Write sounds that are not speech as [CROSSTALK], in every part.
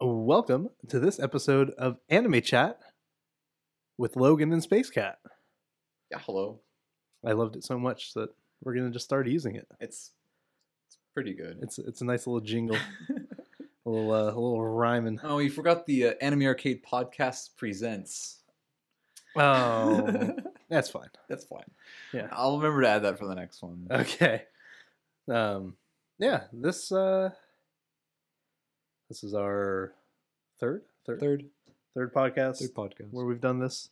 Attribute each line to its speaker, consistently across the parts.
Speaker 1: Welcome to this episode of Anime Chat with Logan and Space Cat.
Speaker 2: Yeah, hello.
Speaker 1: I loved it so much that we're gonna just start using it.
Speaker 2: It's it's pretty good.
Speaker 1: It's it's a nice little [LAUGHS] jingle, a little uh, a little rhyming.
Speaker 2: oh, you forgot the uh, Anime Arcade Podcast presents.
Speaker 1: Oh, [LAUGHS] that's fine.
Speaker 2: [LAUGHS] that's fine.
Speaker 1: Yeah.
Speaker 2: I'll remember to add that for the next one.
Speaker 1: Okay. Um. Yeah. This uh. This is our third third third,
Speaker 2: Third,
Speaker 1: podcast
Speaker 2: third podcast.
Speaker 1: where we've done this.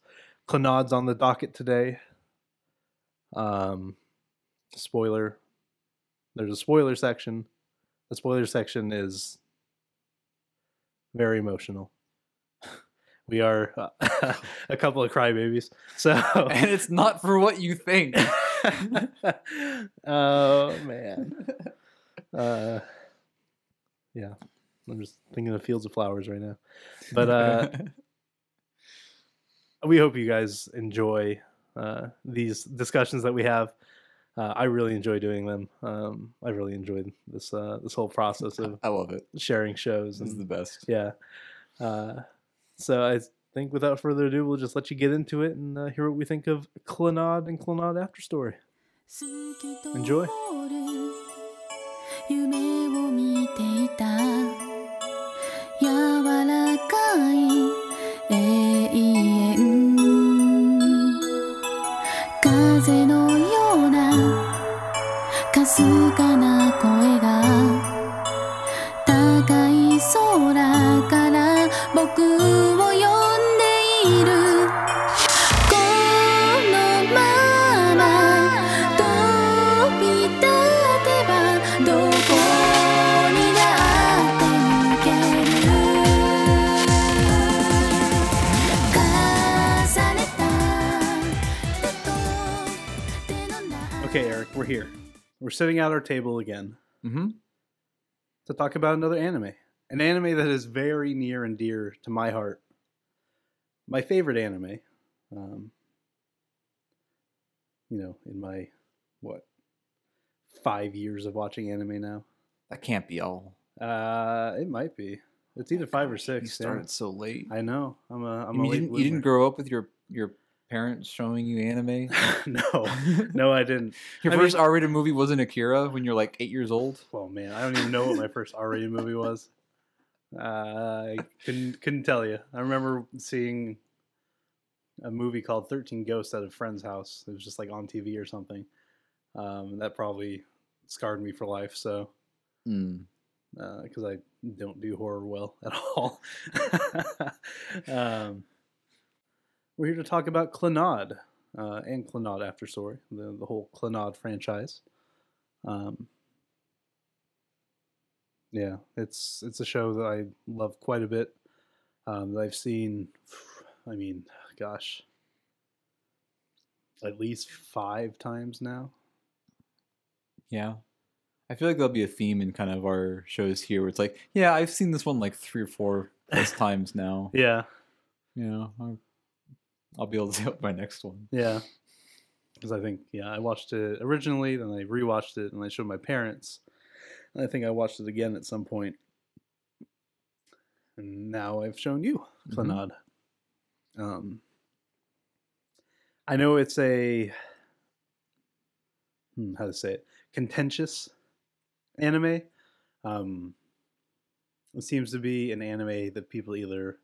Speaker 1: Clannad's on the docket today. Um, spoiler. There's a spoiler section. The spoiler section is very emotional. [LAUGHS] we are uh, [LAUGHS] a couple of crybabies, so. [LAUGHS]
Speaker 2: [LAUGHS] and it's not for what you think.
Speaker 1: oh man. Uh, yeah, I'm just thinking of fields of flowers right now, [LAUGHS] but uh we hope you guys enjoy uh, these discussions that we have. Uh, I really enjoy doing them. Um, I really enjoyed this uh, this whole process of
Speaker 2: [LAUGHS] I love it.
Speaker 1: sharing shows
Speaker 2: This is
Speaker 1: and [LAUGHS]
Speaker 2: the best.
Speaker 1: yeah. Uh, so I think without further ado, we'll just let you get into it and uh, hear what we think of Clannad and Clannad After Story. Enjoy.
Speaker 3: Enjoy. 夢を見ていた柔らかい永遠風のようなかすかな声が高い空から僕を呼んでいる「このまま飛び立てばどこにだって行ける」「重ねた手と手の中」
Speaker 1: Okay, Eric, we're here. We're sitting at our table again
Speaker 2: Mm-hmm.
Speaker 1: to talk about another anime, an anime that is very near and dear to my heart. My favorite anime, um, you know, in my what five years of watching anime now,
Speaker 2: That can't be all.
Speaker 1: uh, it might be. It's either five or six.
Speaker 2: You
Speaker 1: yeah.
Speaker 2: started so late.
Speaker 1: I know. I'm a.
Speaker 2: I
Speaker 1: I'm
Speaker 2: mean,
Speaker 1: a
Speaker 2: you
Speaker 1: late
Speaker 2: didn't, you didn't
Speaker 1: bloomer.
Speaker 2: grow up with your your parents showing you anime.
Speaker 1: [LAUGHS] no, no, I didn't.
Speaker 2: [LAUGHS] your
Speaker 1: I mean-
Speaker 2: first R-rated movie wasn't Akira when you're like eight years old.
Speaker 1: Oh man, I don't even know what my first R-rated movie was. Uh, I couldn't couldn't tell you. I remember seeing a movie called Thirteen Ghosts at a friend's house. It was just like on TV or something. Um, that probably scarred me for life. So Hmm.
Speaker 2: Mm.
Speaker 1: because uh, I don't do horror well [LAUGHS] at all. um, we're here to talk about Clannad uh, and Clannad After Story, the, the whole Clannad franchise. Um, yeah, it's it's a show that I love quite a bit. Um, that I've seen, I mean, gosh, at least five times now.
Speaker 2: Yeah. I feel like that'll be a theme in kind of our shows here where it's like, yeah, I've seen this one like three or four plus times now.
Speaker 1: Yeah,
Speaker 2: You know, I'll, I'll be able to [LAUGHS] help my next one.
Speaker 1: Yeah. Because I think, yeah, I watched it originally, then I rewatched it, and I showed my parents. And I think I watched it again at some point. And now I've shown you,
Speaker 2: Mhm.
Speaker 1: Clannad. Um, I know it's a, hmm, how to say it, contentious anime. Um, it seems to be an anime that people either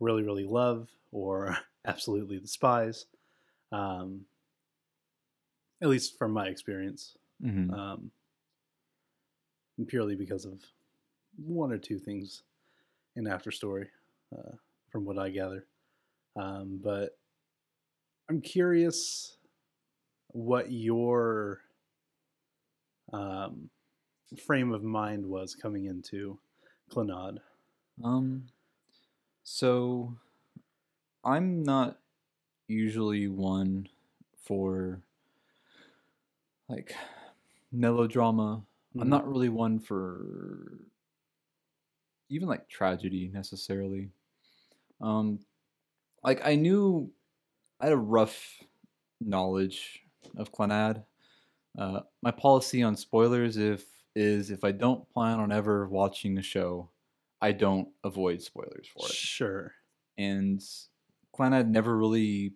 Speaker 1: really, really love or [LAUGHS] absolutely despise. Um, at least from my experience,
Speaker 2: hmm
Speaker 1: um, purely because of one or two things in After Story, uh, from what I gather. Um, but I'm curious what your um, frame of mind was coming into Clannad.
Speaker 2: Um, so I'm not usually one for like melodrama.
Speaker 1: Mm-hmm.
Speaker 2: I'm not really one for even like tragedy necessarily. Um, like I knew I had a rough knowledge of Clannad. Uh, my policy on spoilers if is if I don't plan on ever watching a show, I don't avoid spoilers for it.
Speaker 1: Sure.
Speaker 2: And Clannad never really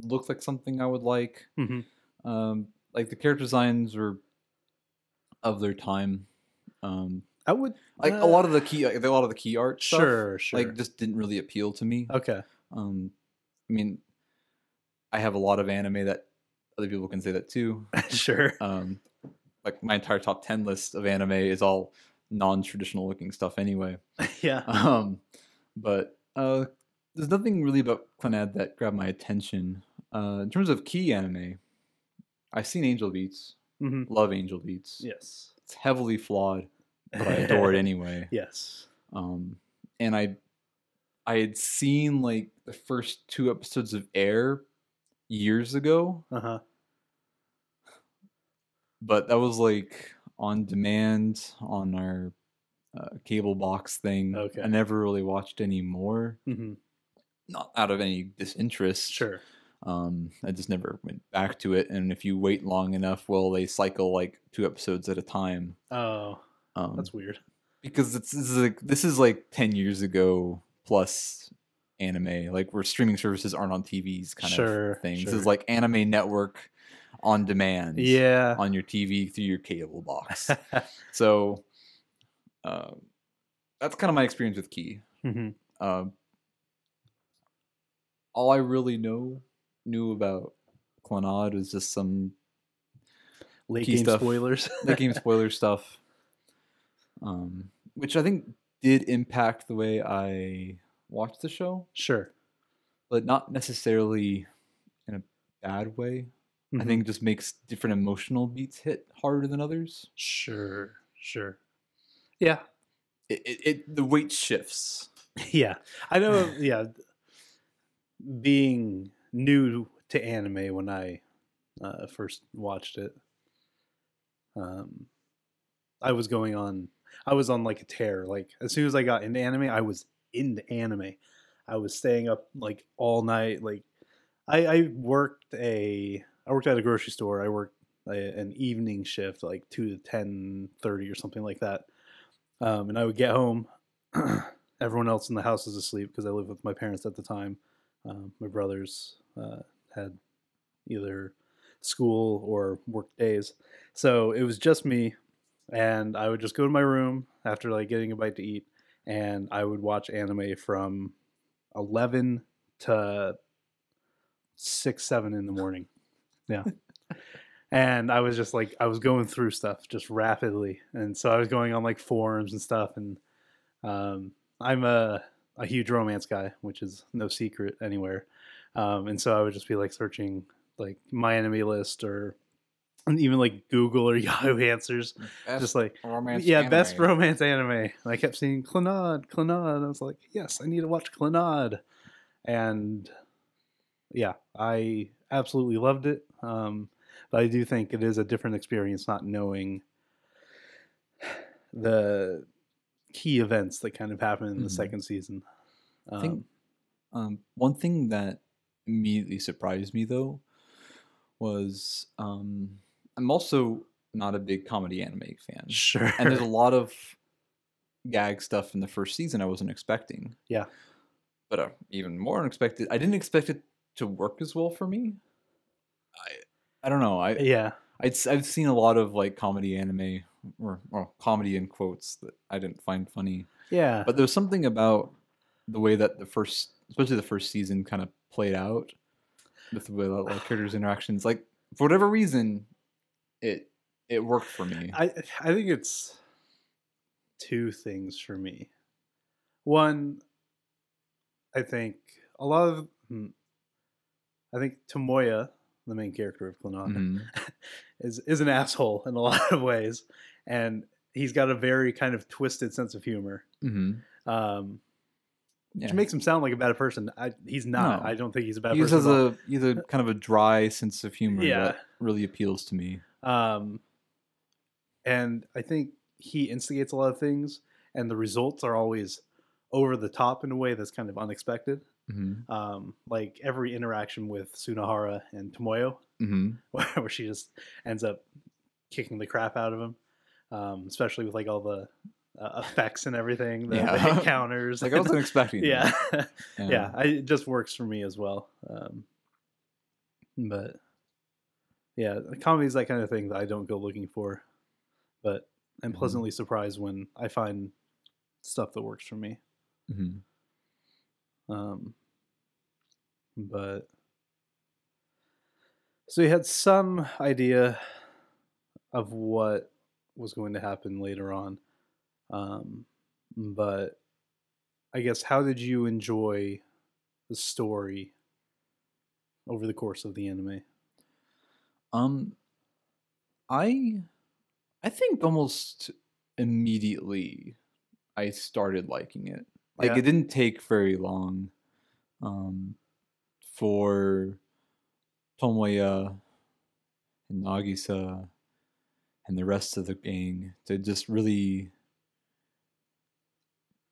Speaker 2: looked like something I would like.
Speaker 1: hmm
Speaker 2: Um, like the character designs were of their time. Um,
Speaker 1: I would uh,
Speaker 2: like a lot of the key, like, a lot of the key art, stuff,
Speaker 1: Sure, sure.
Speaker 2: like just didn't really appeal to me.
Speaker 1: okay. [LAUGHS]
Speaker 2: Um, I mean, I have a lot of anime that other people can say that too.
Speaker 1: sure.
Speaker 2: Um, like my entire top ten list of anime is all non-traditional looking stuff anyway.
Speaker 1: yeah.
Speaker 2: Um, but uh, there's nothing really about Clannad that grabbed my attention. Uh, in terms of key anime, I've seen Angel Beats,
Speaker 1: hmm
Speaker 2: love Angel Beats.
Speaker 1: Yes.
Speaker 2: It's heavily flawed, [LAUGHS] but I
Speaker 1: [LAUGHS]
Speaker 2: adore it anyway.
Speaker 1: Yes.
Speaker 2: Um, and I, I had seen like the first two episodes of Air years ago,
Speaker 1: Uh huh.
Speaker 2: but that was like on demand on our uh, cable box thing.
Speaker 1: Okay.
Speaker 2: I never really watched any more.
Speaker 1: hmm
Speaker 2: Not out of any disinterest.
Speaker 1: Sure.
Speaker 2: Um, I just never went back to it. And if you wait long enough, well, they cycle like two episodes at a time.
Speaker 1: Oh,
Speaker 2: Um,
Speaker 1: that's weird.
Speaker 2: because it's, this is like this is like ten years ago plus anime, like where streaming services aren't on TVs kind
Speaker 1: Sure,
Speaker 2: of things. This
Speaker 1: sure.
Speaker 2: is like [LAUGHS] anime network on demand. [LAUGHS]
Speaker 1: Yeah. [LAUGHS] Mm-hmm.
Speaker 2: On your TV through your cable box. so um that's kind of my experience with Key.
Speaker 1: hmm
Speaker 2: Um all I really know knew about Clannad was just some
Speaker 1: Late
Speaker 2: Key
Speaker 1: game
Speaker 2: stuff.
Speaker 1: spoilers.
Speaker 2: the [LAUGHS] game spoiler stuff, um, which I think did impact the way I watched the show,
Speaker 1: [LAUGHS] sure.
Speaker 2: but not necessarily in a bad way. I
Speaker 1: Mhm.
Speaker 2: think it just makes different emotional beats hit harder than others.
Speaker 1: Sure. Sure. Yeah.
Speaker 2: It, it, it the weight shifts.
Speaker 1: [LAUGHS] Yeah. I know. yeah. Being new to anime when I uh, first watched it, um, I was going on. I was on like a tear. Like as soon as I got into anime, I was into anime. I was staying up like all night. Like I, I worked a. I worked at a grocery store. I worked a, an evening shift, like two to ten thirty or something like that. Um, and I would get home. [CLEARS THROAT] Everyone else in the house is asleep because I lived with my parents at the time. Um, my brothers uh, had either school or work days, so it was just me. And I would just go to my room after like getting a bite to eat, and I would watch anime from eleven to six, seven in the morning. Yeah. and I was just like, I was going through stuff just rapidly. And so I was going on like forums and stuff. And um, I'm a, a huge romance guy, which is no secret anywhere. Um, and so I would just be like searching like my enemy list or and even like Google or [LAUGHS] Yahoo answers. just like,
Speaker 2: romance.
Speaker 1: yeah, best romance anime. And I kept seeing Clannad, Clannad. I was like, yes, I need to watch Clannad. And yeah, I absolutely loved it. Um, but I do think it is a different experience not knowing the key events that kind of happen in the
Speaker 2: Mhm.
Speaker 1: second season. Um,
Speaker 2: I think um, one thing that immediately surprised me though was um, I'm also not a big comedy anime fan.
Speaker 1: sure.
Speaker 2: and there's a lot of gag stuff in the first season I wasn't expecting.
Speaker 1: Yeah.
Speaker 2: But uh, even more unexpected, I didn't expect it to work as well for me. I I don't know. I
Speaker 1: [LAUGHS] yeah.
Speaker 2: I'd, s- I've seen a lot of like comedy anime or, or comedy in quotes that I didn't find funny.
Speaker 1: Yeah.
Speaker 2: But there's something about the way that the first, especially the first season, kind of played out with the way that
Speaker 1: [SIGHS]
Speaker 2: like characters' interactions. Like for whatever reason, it it worked for me.
Speaker 1: I I think it's two things for me. One, I think a lot of hmm, I think Tomoya, the main character of Clannad,
Speaker 2: Mhm.
Speaker 1: is is an [LAUGHS] asshole in a lot of ways, and he's got a very kind of twisted sense of humor,
Speaker 2: Mm-hmm.
Speaker 1: um,
Speaker 2: Yeah.
Speaker 1: which makes him sound like a bad person. I, he's not.
Speaker 2: No.
Speaker 1: I don't think he's a bad
Speaker 2: he just
Speaker 1: person.
Speaker 2: has
Speaker 1: at all.
Speaker 2: a he's a kind of a dry sense of humor
Speaker 1: Yeah.
Speaker 2: that really appeals to me.
Speaker 1: Um, and I think he instigates a lot of things, and the results are always over the top in a way that's kind of unexpected.
Speaker 2: Mm-hmm.
Speaker 1: Um, like every interaction with Sunahara and Tomoyo, [LAUGHS]
Speaker 2: Mm-hmm.
Speaker 1: where, where she just ends up kicking the crap out of him, um, especially with like all the uh, effects and everything, the, the
Speaker 2: Yeah. [LAUGHS]
Speaker 1: hit counters. [LAUGHS]
Speaker 2: It's like I wasn't expecting. that.
Speaker 1: yeah,
Speaker 2: Um,
Speaker 1: yeah, I, it just works for me as well. Um, but yeah, comedy's that kind of thing that I don't go looking for, but I'm
Speaker 2: Mhm.
Speaker 1: pleasantly surprised when I find stuff that works for me.
Speaker 2: Mhm.
Speaker 1: Um, but so you had some idea of what was going to happen later on. Um, but I guess how did you enjoy the story over the course of the anime?
Speaker 2: Um, I, I think almost immediately, I started liking it. Like
Speaker 1: Yeah.
Speaker 2: it didn't take very long, um, for Tomoya and Nagisa and the rest of the gang to just really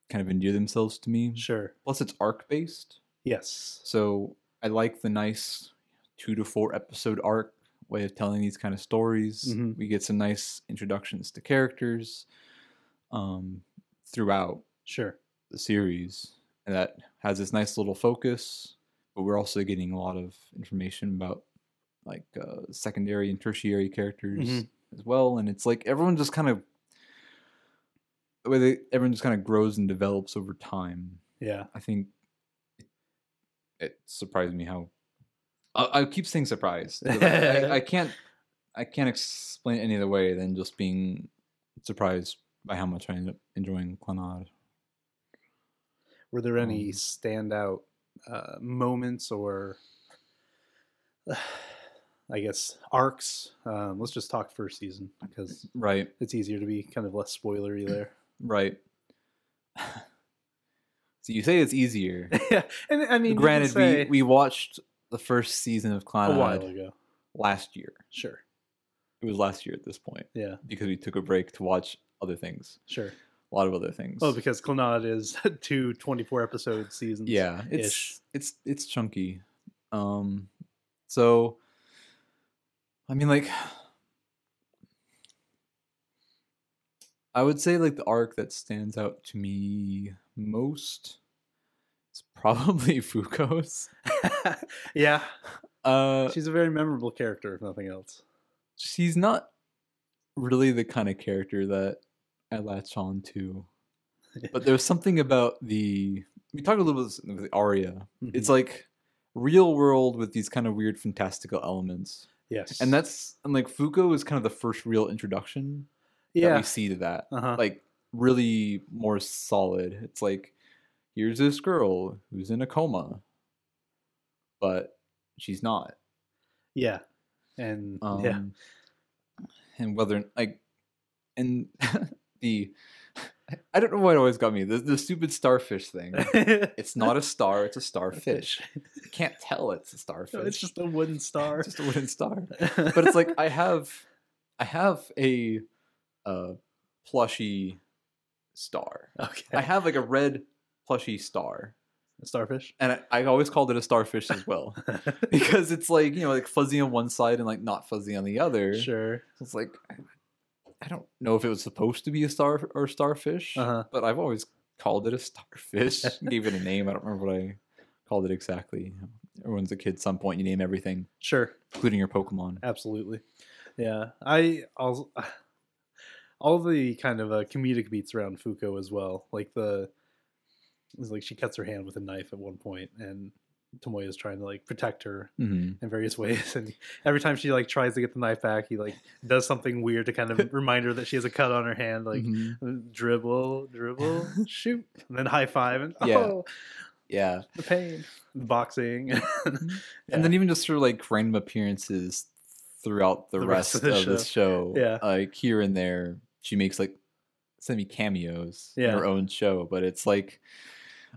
Speaker 2: kind of endear themselves to me.
Speaker 1: Sure.
Speaker 2: Plus, it's arc based.
Speaker 1: Yes.
Speaker 2: So I like the nice two to four episode arc way of telling these kind of stories.
Speaker 1: Mhm.
Speaker 2: We get some nice introductions to characters um, throughout
Speaker 1: Sure.
Speaker 2: the series, and that has this nice little focus. But we're also getting a lot of information about like uh, secondary and tertiary characters
Speaker 1: Mhm.
Speaker 2: as well, and it's like everyone just kind of the way they, everyone just kind of grows and develops over time.
Speaker 1: Yeah.
Speaker 2: I think it, it surprised me how I, I keep saying surprised. 'cause I, I- I can't I can't explain it any other way than just being surprised by how much I ended up enjoying Clonard.
Speaker 1: Were there any
Speaker 2: Um,
Speaker 1: standout uh, moments or, [SIGHS] I guess, arcs? Um, let's just talk first season because
Speaker 2: Right,
Speaker 1: it's easier to be kind of less spoilery there.
Speaker 2: right. [SIGHS] so you say it's easier.
Speaker 1: [LAUGHS] yeah, and [LAUGHS] I mean, you can
Speaker 2: Granted,
Speaker 1: say
Speaker 2: we, we watched the first season of
Speaker 1: a while
Speaker 2: Clonard
Speaker 1: ago.
Speaker 2: last year.
Speaker 1: Sure.
Speaker 2: It was last year at this point
Speaker 1: Yeah.
Speaker 2: because we took a break to watch other things,
Speaker 1: Sure.
Speaker 2: a lot of other things.
Speaker 1: Well, Oh, because Clannad is [LAUGHS] two 24 episode seasons.
Speaker 2: yeah it's it's it's chunky um so i mean like i would say like the arc that stands out to me most is probably [LAUGHS] fuko's
Speaker 1: [LAUGHS] yeah.
Speaker 2: uh
Speaker 1: She's a very memorable character, if nothing else.
Speaker 2: she's not really the kind of character that I latch on to. But there's something about the we talked a little bit about the Aria.
Speaker 1: Mm-hmm.
Speaker 2: It's
Speaker 1: Mm.
Speaker 2: like real world with these kind of weird fantastical elements.
Speaker 1: Yes.
Speaker 2: And that's and like Fuko is kind of the first real introduction that
Speaker 1: yeah.
Speaker 2: we see to that.
Speaker 1: Uh-huh.
Speaker 2: Like really more solid. It's like here's this girl who's in a coma, but she's not.
Speaker 1: yeah. And [LAUGHS]
Speaker 2: Um,
Speaker 1: yeah.
Speaker 2: And whether like, and [LAUGHS] the, [LAUGHS] I don't know why it always got me the the stupid starfish
Speaker 1: [LAUGHS]
Speaker 2: thing. It's not a star; it's a starfish. You can't tell it's a starfish.
Speaker 1: No, it's just a wooden star.
Speaker 2: It's just a wooden star.
Speaker 1: but
Speaker 2: But it's like I have, I have a, uh, plushy star.
Speaker 1: okay.
Speaker 2: I have like a red plushy star,
Speaker 1: starfish.
Speaker 2: and I, I always called it a starfish as well [LAUGHS] because it's like you know like fuzzy on one side and like not fuzzy on the other.
Speaker 1: [LAUGHS] sure.
Speaker 2: So it's like I- I don't know if it was supposed to be a star or starfish,
Speaker 1: Uh-huh.
Speaker 2: but I've always called it
Speaker 1: [LAUGHS]
Speaker 2: a starfish. Gave it a name. I don't remember what I called it exactly. Everyone's a kid. Some point you name everything,
Speaker 1: Sure.
Speaker 2: including your Pokemon.
Speaker 1: Absolutely. Yeah. I also [SIGHS] all the kind of uh, comedic beats around Fuko as well. Like the it's like she cuts her hand with a knife at one point and Tomoya is trying to like protect her
Speaker 2: Mm-hmm.
Speaker 1: in [LAUGHS] various ways and every time she like tries to get the knife back he like does something weird to kind [LAUGHS] of remind her that she has a cut on her hand like
Speaker 2: Mm-hmm.
Speaker 1: Mm-hmm. dribble [LAUGHS] dribble shoot and then high five and [LAUGHS]
Speaker 2: Yeah.
Speaker 1: oh
Speaker 2: yeah.
Speaker 1: the pain boxing [LAUGHS]
Speaker 2: and then even just through like random appearances throughout the, rest, of, this show,
Speaker 1: Yeah.
Speaker 2: like here and there, she makes like semi cameos in her
Speaker 1: Yeah.
Speaker 2: own show, but it's like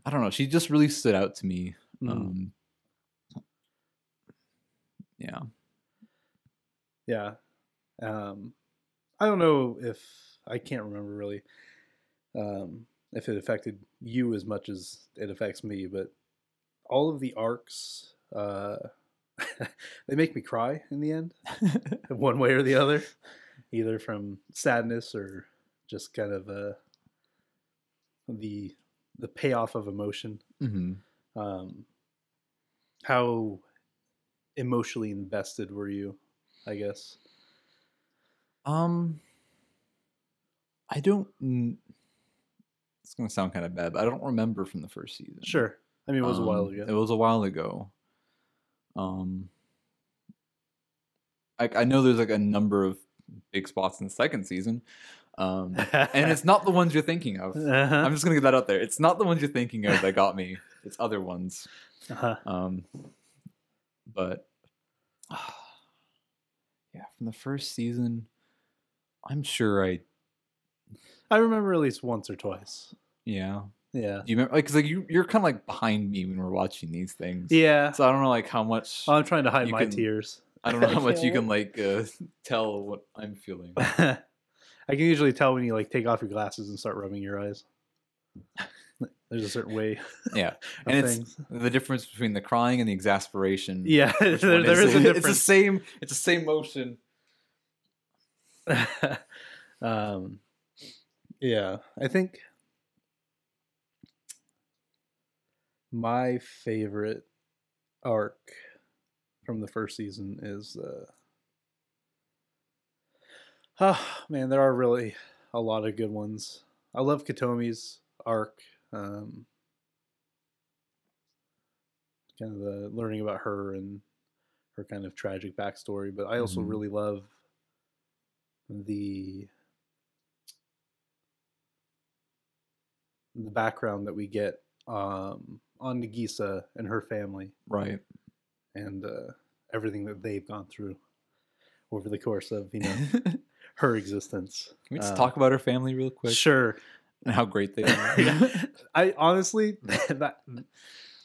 Speaker 2: I don't know, she just really stood out to me.
Speaker 1: Mm.
Speaker 2: Um, yeah,
Speaker 1: Yeah. Um, I don't know if I can't remember really um, if it affected you as much as it affects me, but all of the arcs uh, [LAUGHS] they make me cry in the end, one way or the other, either from sadness or just kind of uh, the the payoff of emotion,
Speaker 2: hmm
Speaker 1: um, how emotionally invested were you? I guess.
Speaker 2: Um, I don't. kn- It's gonna sound kind of bad, but I don't remember from the first season.
Speaker 1: Sure. I mean, it was a while
Speaker 2: Um,
Speaker 1: [LAUGHS] ago.
Speaker 2: It was a while ago. Um, I, I know there's like a number of big spots in the second season, um,
Speaker 1: [LAUGHS]
Speaker 2: and it's not the ones you're thinking of.
Speaker 1: uh-huh.
Speaker 2: I'm just gonna get that out there. It's not the ones you're thinking of that got me. It's other ones.
Speaker 1: uh-huh.
Speaker 2: Um, but [SIGHS] yeah, from the first season, I'm sure I
Speaker 1: I remember at least once or twice.
Speaker 2: yeah.
Speaker 1: Yeah.
Speaker 2: Do you remember? Like, 'cause, like you, you're kind of like behind me when we're watching these things.
Speaker 1: Yeah. Oh,
Speaker 2: So I don't know like how much
Speaker 1: I'm trying to hide
Speaker 2: you
Speaker 1: my
Speaker 2: can-
Speaker 1: tears. [LAUGHS]
Speaker 2: I don't know how much you can like uh, [LAUGHS] tell what
Speaker 1: [LAUGHS]
Speaker 2: I'm feeling.
Speaker 1: I can usually tell when you like take off your glasses and start rubbing your eyes. There's a certain way.
Speaker 2: [LAUGHS] Yeah,
Speaker 1: [LAUGHS] of
Speaker 2: and it's [LAUGHS]
Speaker 1: things.
Speaker 2: the difference between the crying and the exasperation.
Speaker 1: yeah, [LAUGHS] there,
Speaker 2: One
Speaker 1: there is a
Speaker 2: [LAUGHS] It's the
Speaker 1: difference.
Speaker 2: same. It's the same motion.
Speaker 1: [LAUGHS] um, yeah, I think my favorite arc from the first season is. Uh, ah, man, there are really a lot of good ones. I love Katomi's arc. Um, kind of the learning about her and her kind of tragic backstory, but I also
Speaker 2: Mhm.
Speaker 1: really love the the background that we get um, on Nagisa and her family
Speaker 2: [LAUGHS] Right.
Speaker 1: and uh, everything that they've gone through over the course of you
Speaker 2: [LAUGHS]
Speaker 1: know her existence.
Speaker 2: Can we just
Speaker 1: Uh,
Speaker 2: talk about her family real quick
Speaker 1: Sure.
Speaker 2: and how great
Speaker 1: [LAUGHS]
Speaker 2: they are?
Speaker 1: I honestly, [LAUGHS] that,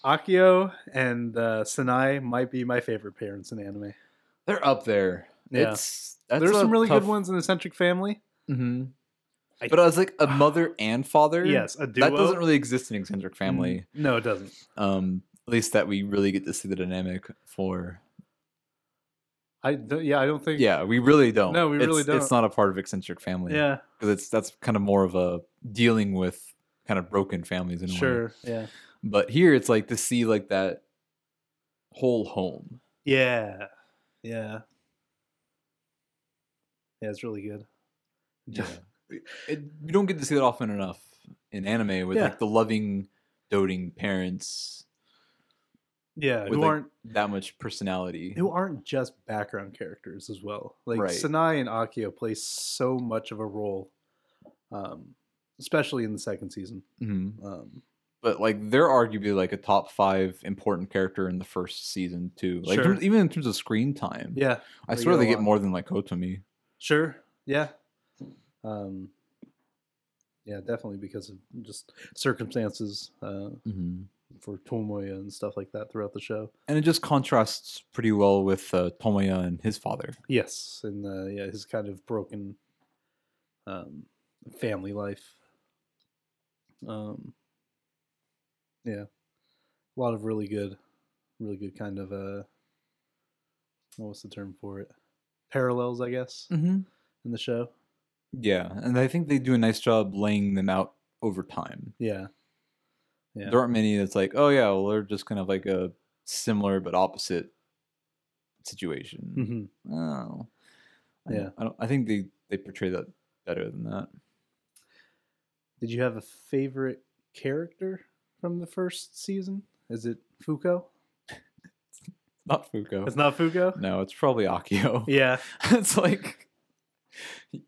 Speaker 1: Akio and uh, Sanai might be my favorite parents in anime.
Speaker 2: [LAUGHS] They're up there.
Speaker 1: Yeah.
Speaker 2: It's that's
Speaker 1: There's
Speaker 2: a
Speaker 1: some really
Speaker 2: tough-
Speaker 1: good ones in Eccentric Family.
Speaker 2: Mhm.
Speaker 1: I-
Speaker 2: but I was like a mother and father.
Speaker 1: Yes, a duo. Mm-hmm.
Speaker 2: that doesn't really exist in eccentric family.
Speaker 1: No, it doesn't.
Speaker 2: Um, at least that we really get to see the dynamic for.
Speaker 1: I don't, yeah, I don't think.
Speaker 2: Yeah, we really don't.
Speaker 1: No, we
Speaker 2: It's-
Speaker 1: really
Speaker 2: It's
Speaker 1: don't.
Speaker 2: not a part of eccentric family.
Speaker 1: Yeah.
Speaker 2: because it's that's kind of more of a dealing with kind of broken families in a way.
Speaker 1: Sure. Yeah.
Speaker 2: But here it's like to see like that
Speaker 1: [LAUGHS]
Speaker 2: whole home.
Speaker 1: Yeah. Yeah. Yeah, it's really good.
Speaker 2: Yeah. it, you don't get to see that often enough in anime with
Speaker 1: Yeah.
Speaker 2: like the loving, doting parents
Speaker 1: Yeah,
Speaker 2: With,
Speaker 1: who
Speaker 2: like,
Speaker 1: aren't
Speaker 2: that much personality.
Speaker 1: who aren't just background characters as well. Like
Speaker 2: Right.
Speaker 1: Sanai and Akio play so much of a role, um, especially in the second season.
Speaker 2: Mhm.
Speaker 1: Um,
Speaker 2: But like they're arguably like a top five important character in the first season too. Like in
Speaker 1: Swear.
Speaker 2: terms- even in terms of screen time.
Speaker 1: yeah,
Speaker 2: I
Speaker 1: they
Speaker 2: swear
Speaker 1: get a
Speaker 2: they get
Speaker 1: lot.
Speaker 2: more than like Kotomi.
Speaker 1: sure, yeah, um, yeah, definitely because of just circumstances uh,
Speaker 2: Mm-hmm.
Speaker 1: for Tomoya and stuff like that throughout the show.
Speaker 2: And it just contrasts pretty well with uh, Tomoya and his father.
Speaker 1: Yes, and uh, yeah, his kind of broken um, family life. Um, yeah, a lot of really good, really good kind of uh, what's the term for it? Parallels, I guess,
Speaker 2: Mm-hmm.
Speaker 1: in the show.
Speaker 2: Yeah, and I think they do a nice job laying them out over time.
Speaker 1: Yeah, yeah,
Speaker 2: There aren't many that's like, oh yeah, well they're just kind of like a similar but opposite situation.
Speaker 1: hmm
Speaker 2: Oh, I
Speaker 1: Yeah.
Speaker 2: don't- I don't. I think they they portray that better than that.
Speaker 1: Did you have a favorite character from the first season? Is it Fuko?
Speaker 2: Not Fuko.
Speaker 1: It's not Fuko.
Speaker 2: no, it's probably Akio.
Speaker 1: Yeah, [LAUGHS]
Speaker 2: [LAUGHS] it's like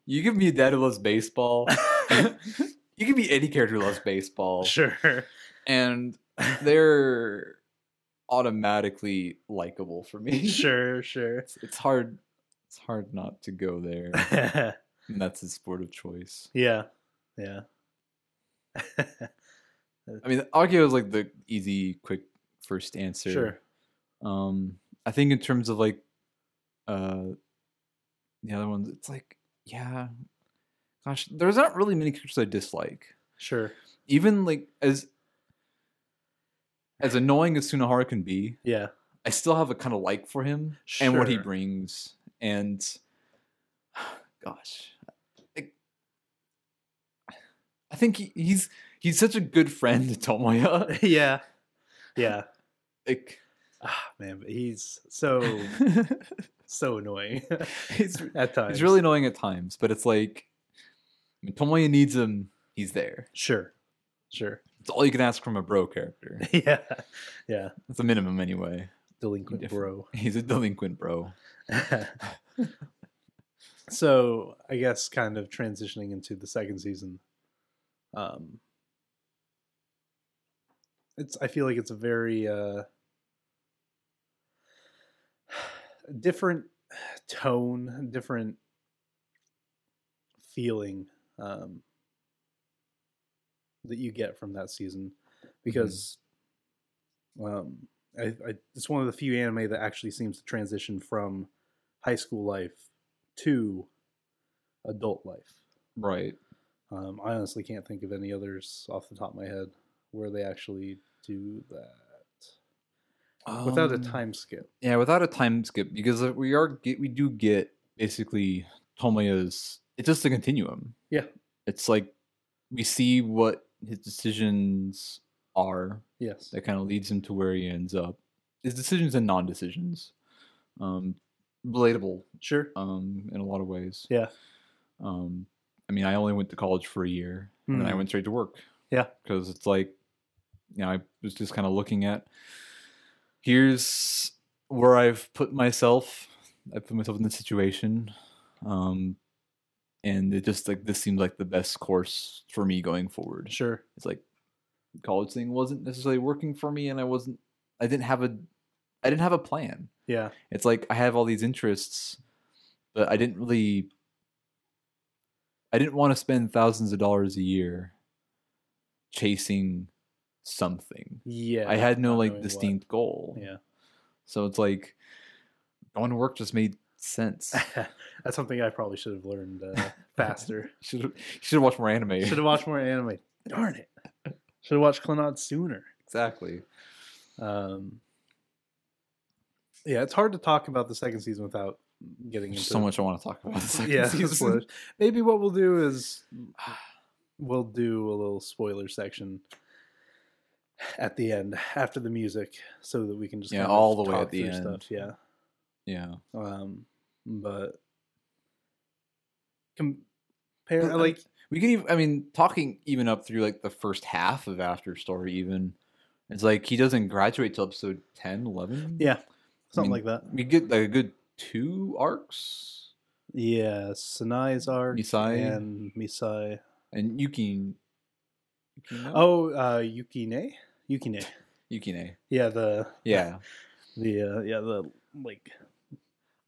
Speaker 2: you give me a dad who loves baseball. [LAUGHS] you give me any character who loves baseball,
Speaker 1: sure. [LAUGHS]
Speaker 2: and they're automatically likable for me.
Speaker 1: Sure, sure.
Speaker 2: it's, it's hard it's hard not to go [LAUGHS] there
Speaker 1: [LAUGHS]
Speaker 2: and that's his sport of choice
Speaker 1: Yeah, yeah. [LAUGHS]
Speaker 2: i mean akio is like the easy quick first answer
Speaker 1: Sure.
Speaker 2: um i think in terms of like uh the other ones it's like yeah gosh there's not really many characters i dislike
Speaker 1: Sure.
Speaker 2: even like as as annoying as Sunohara can be, [LAUGHS]
Speaker 1: Yeah. [LAUGHS]
Speaker 2: I still have a kind of like for him and what he
Speaker 1: Sure.
Speaker 2: brings. And [SIGHS] gosh, like, I think he, he's He's such a good friend to
Speaker 1: [LAUGHS]
Speaker 2: Tomoya.
Speaker 1: yeah, yeah.
Speaker 2: Like,
Speaker 1: Ah, man, but he's so so annoying
Speaker 2: [LAUGHS]
Speaker 1: [LAUGHS]
Speaker 2: he's,
Speaker 1: at times.
Speaker 2: he's really annoying at times, but it's like when Tomoya needs him, he's there.
Speaker 1: sure, sure. [LAUGHS]
Speaker 2: It's all you can ask from a bro character.
Speaker 1: yeah, yeah.
Speaker 2: That's the minimum anyway.
Speaker 1: Delinquent
Speaker 2: Different.
Speaker 1: bro.
Speaker 2: He's a delinquent bro. [LAUGHS]
Speaker 1: [LAUGHS] so I guess kind of transitioning into the second season. Um it's I feel like it's a very uh different tone, different feeling um that you get from that season because um I, I it's one of the few anime that actually seems to transition from high school life to adult life.
Speaker 2: Right.
Speaker 1: Um, I honestly can't think of any others off the top of my head where they actually do that without a
Speaker 2: Um,
Speaker 1: time skip.
Speaker 2: Yeah, without a time skip, because uh, we are get, we do get basically Tomoya's. It's just a continuum.
Speaker 1: Yeah.
Speaker 2: it's like we see what his decisions are
Speaker 1: Yes.
Speaker 2: that kind of leads him to where he ends up. His decisions and non-decisions, um, relatable
Speaker 1: sure.
Speaker 2: um, in a lot of ways.
Speaker 1: Yeah.
Speaker 2: Um, I mean, I only went to college for a year, and then I
Speaker 1: Mhm.
Speaker 2: went straight to work.
Speaker 1: Yeah.
Speaker 2: because it's like, you know, I was just kind of looking at here's where I've put myself. I put myself in this situation, um, and it just like this seems like the best course for me going forward.
Speaker 1: Sure.
Speaker 2: It's like the college thing wasn't necessarily working for me, and I wasn't. I didn't have a. I didn't have a plan.
Speaker 1: Yeah.
Speaker 2: It's like I have all these interests, but I didn't really I didn't want to spend thousands of dollars a year chasing something.
Speaker 1: Yeah.
Speaker 2: I had no
Speaker 1: not
Speaker 2: like
Speaker 1: knowing what.
Speaker 2: distinct goal. So it's like going to work just made
Speaker 1: [LAUGHS]
Speaker 2: sense. [LAUGHS]
Speaker 1: Yeah. That's something I probably should have learned uh, [LAUGHS] faster.
Speaker 2: should have should have watched more anime.
Speaker 1: Should have watched more anime. Darn it. Should have watched Clannad sooner.
Speaker 2: [LAUGHS] Exactly.
Speaker 1: Um, yeah, it's hard to talk about the second season without getting
Speaker 2: There's
Speaker 1: into
Speaker 2: so much I want to talk about. The
Speaker 1: [LAUGHS]
Speaker 2: second
Speaker 1: yeah,
Speaker 2: season.
Speaker 1: spoilers. Maybe what we'll do is we'll do a little spoiler section at the end after the music, so that we can just
Speaker 2: Yeah,
Speaker 1: kind
Speaker 2: all
Speaker 1: of
Speaker 2: the way at
Speaker 1: talk
Speaker 2: the
Speaker 1: through
Speaker 2: end.
Speaker 1: Stuff. Yeah,
Speaker 2: [LAUGHS] Yeah.
Speaker 1: um, but compare
Speaker 2: But, um,
Speaker 1: like
Speaker 2: we can even i mean talking even up through like the first half of after story even it's like he doesn't graduate till episode 10 11
Speaker 1: yeah, something
Speaker 2: mean,
Speaker 1: like that.
Speaker 2: we get like a good two arcs
Speaker 1: Yeah, Sanai's arc
Speaker 2: Misai.
Speaker 1: and Misai.
Speaker 2: and yuki yukine
Speaker 1: Oh, uh, Yukine, Yukine.
Speaker 2: yukine
Speaker 1: Yeah, the
Speaker 2: yeah
Speaker 1: the uh, yeah the like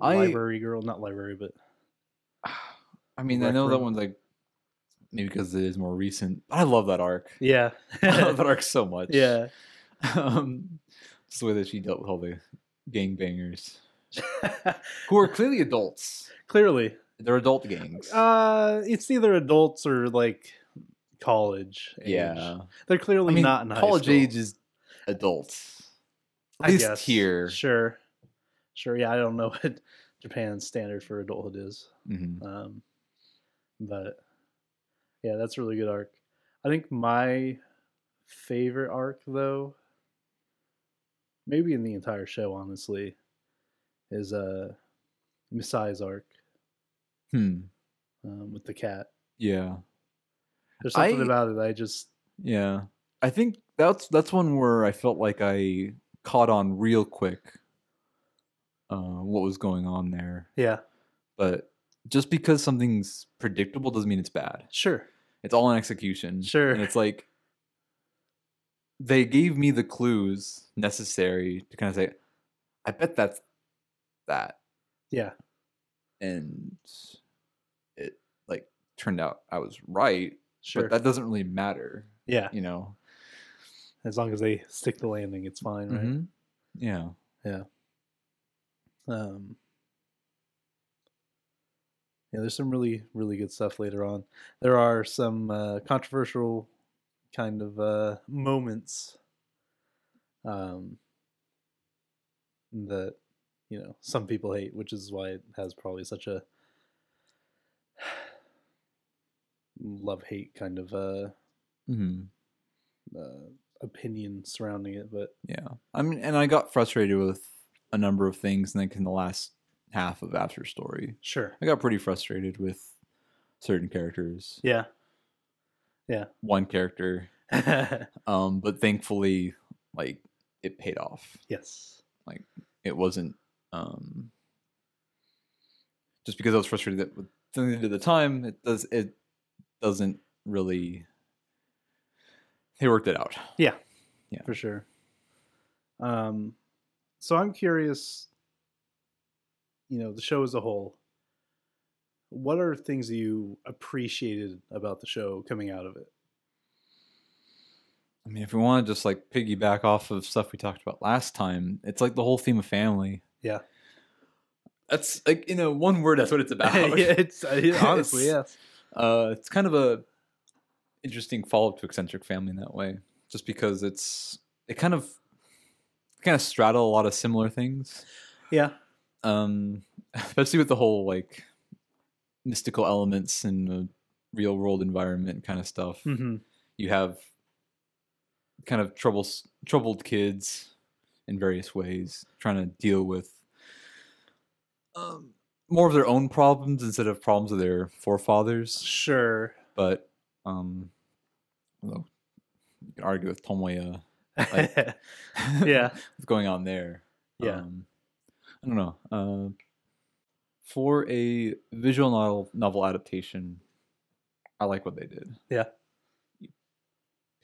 Speaker 2: i
Speaker 1: library girl, not library, but
Speaker 2: i mean i know that
Speaker 1: Rekro.
Speaker 2: one's like maybe because it is more recent but i love that arc [LAUGHS]
Speaker 1: yeah,
Speaker 2: i love that arc so
Speaker 1: [LAUGHS]
Speaker 2: much
Speaker 1: yeah.
Speaker 2: [LAUGHS] um just the way that she dealt with all the gangbangers [LAUGHS] who are clearly adults
Speaker 1: Clearly,
Speaker 2: they're adult gangs
Speaker 1: uh, it's either adults or like college. age.
Speaker 2: yeah
Speaker 1: they're clearly
Speaker 2: I mean,
Speaker 1: not in high
Speaker 2: college
Speaker 1: school,
Speaker 2: age is adults. At
Speaker 1: I
Speaker 2: least
Speaker 1: guess.
Speaker 2: here.
Speaker 1: Sure, sure. Yeah, I don't know [LAUGHS] what Japan's standard for adulthood is,
Speaker 2: Mhm.
Speaker 1: um, but yeah, that's a really good arc. I think my favorite arc, though, maybe in the entire show, honestly, is uh, Misai's arc
Speaker 2: Hmm.
Speaker 1: um, with the cat.
Speaker 2: Yeah.
Speaker 1: There's something
Speaker 2: I-
Speaker 1: about it I just
Speaker 2: Yeah. I think that's that's one where I felt like I caught on real quick uh, what was going on there.
Speaker 1: yeah
Speaker 2: But just because something's predictable doesn't mean it's bad.
Speaker 1: sure
Speaker 2: It's all an execution.
Speaker 1: Sure.
Speaker 2: And it's like they gave me the clues necessary to kind of say, I bet that's that.
Speaker 1: yeah
Speaker 2: And it like turned out I was right.
Speaker 1: sure
Speaker 2: but that doesn't really matter, [LAUGHS]
Speaker 1: yeah
Speaker 2: you know.
Speaker 1: as long as they stick the landing it's fine right
Speaker 2: Mhm. Yeah, Mm-hmm.
Speaker 1: um yeah there's some really really good stuff later on there are some uh, controversial kind of uh moments um that you know some people hate which is why it has probably such a [SIGHS] love hate kind of uh
Speaker 2: hmm
Speaker 1: uh, opinion surrounding it, but
Speaker 2: Yeah. I mean, and I got frustrated with a number of things like in the last half of After Story.
Speaker 1: sure.
Speaker 2: I got pretty frustrated with certain characters.
Speaker 1: [LAUGHS] Yeah.
Speaker 2: One character. Um, but thankfully, like it paid off.
Speaker 1: yes.
Speaker 2: It wasn't um just because I was frustrated that with something they did at the time, it does it doesn't really they worked it out.
Speaker 1: for sure. Um, so I'm curious, you know, the show as a whole. What are things that you appreciated about the show coming out of it?
Speaker 2: I mean, if we want to just like piggyback off of stuff we talked about last time, it's like the whole theme of family.
Speaker 1: Yeah.
Speaker 2: That's like in a one word. That's what it's about.
Speaker 1: [LAUGHS] yeah, it's uh, yeah, honestly yes,
Speaker 2: uh, it's kind of a interesting follow up to Eccentric Family in that way, just because it's it kind of kind of straddle a lot of similar things,
Speaker 1: yeah,
Speaker 2: um, [LAUGHS] especially with the whole like mystical elements and the real world environment kind of stuff
Speaker 1: hmm
Speaker 2: you have kind of troubles troubled kids in various ways trying to deal with um, more of their own problems instead of problems of their forefathers
Speaker 1: sure.
Speaker 2: but um although you can argue with tomoya Like-
Speaker 1: [LAUGHS]
Speaker 2: [LAUGHS]
Speaker 1: yeah,
Speaker 2: what's going on there
Speaker 1: Yeah.
Speaker 2: um, i don't know uh, for a visual novel novel adaptation i like what they did
Speaker 1: Yeah.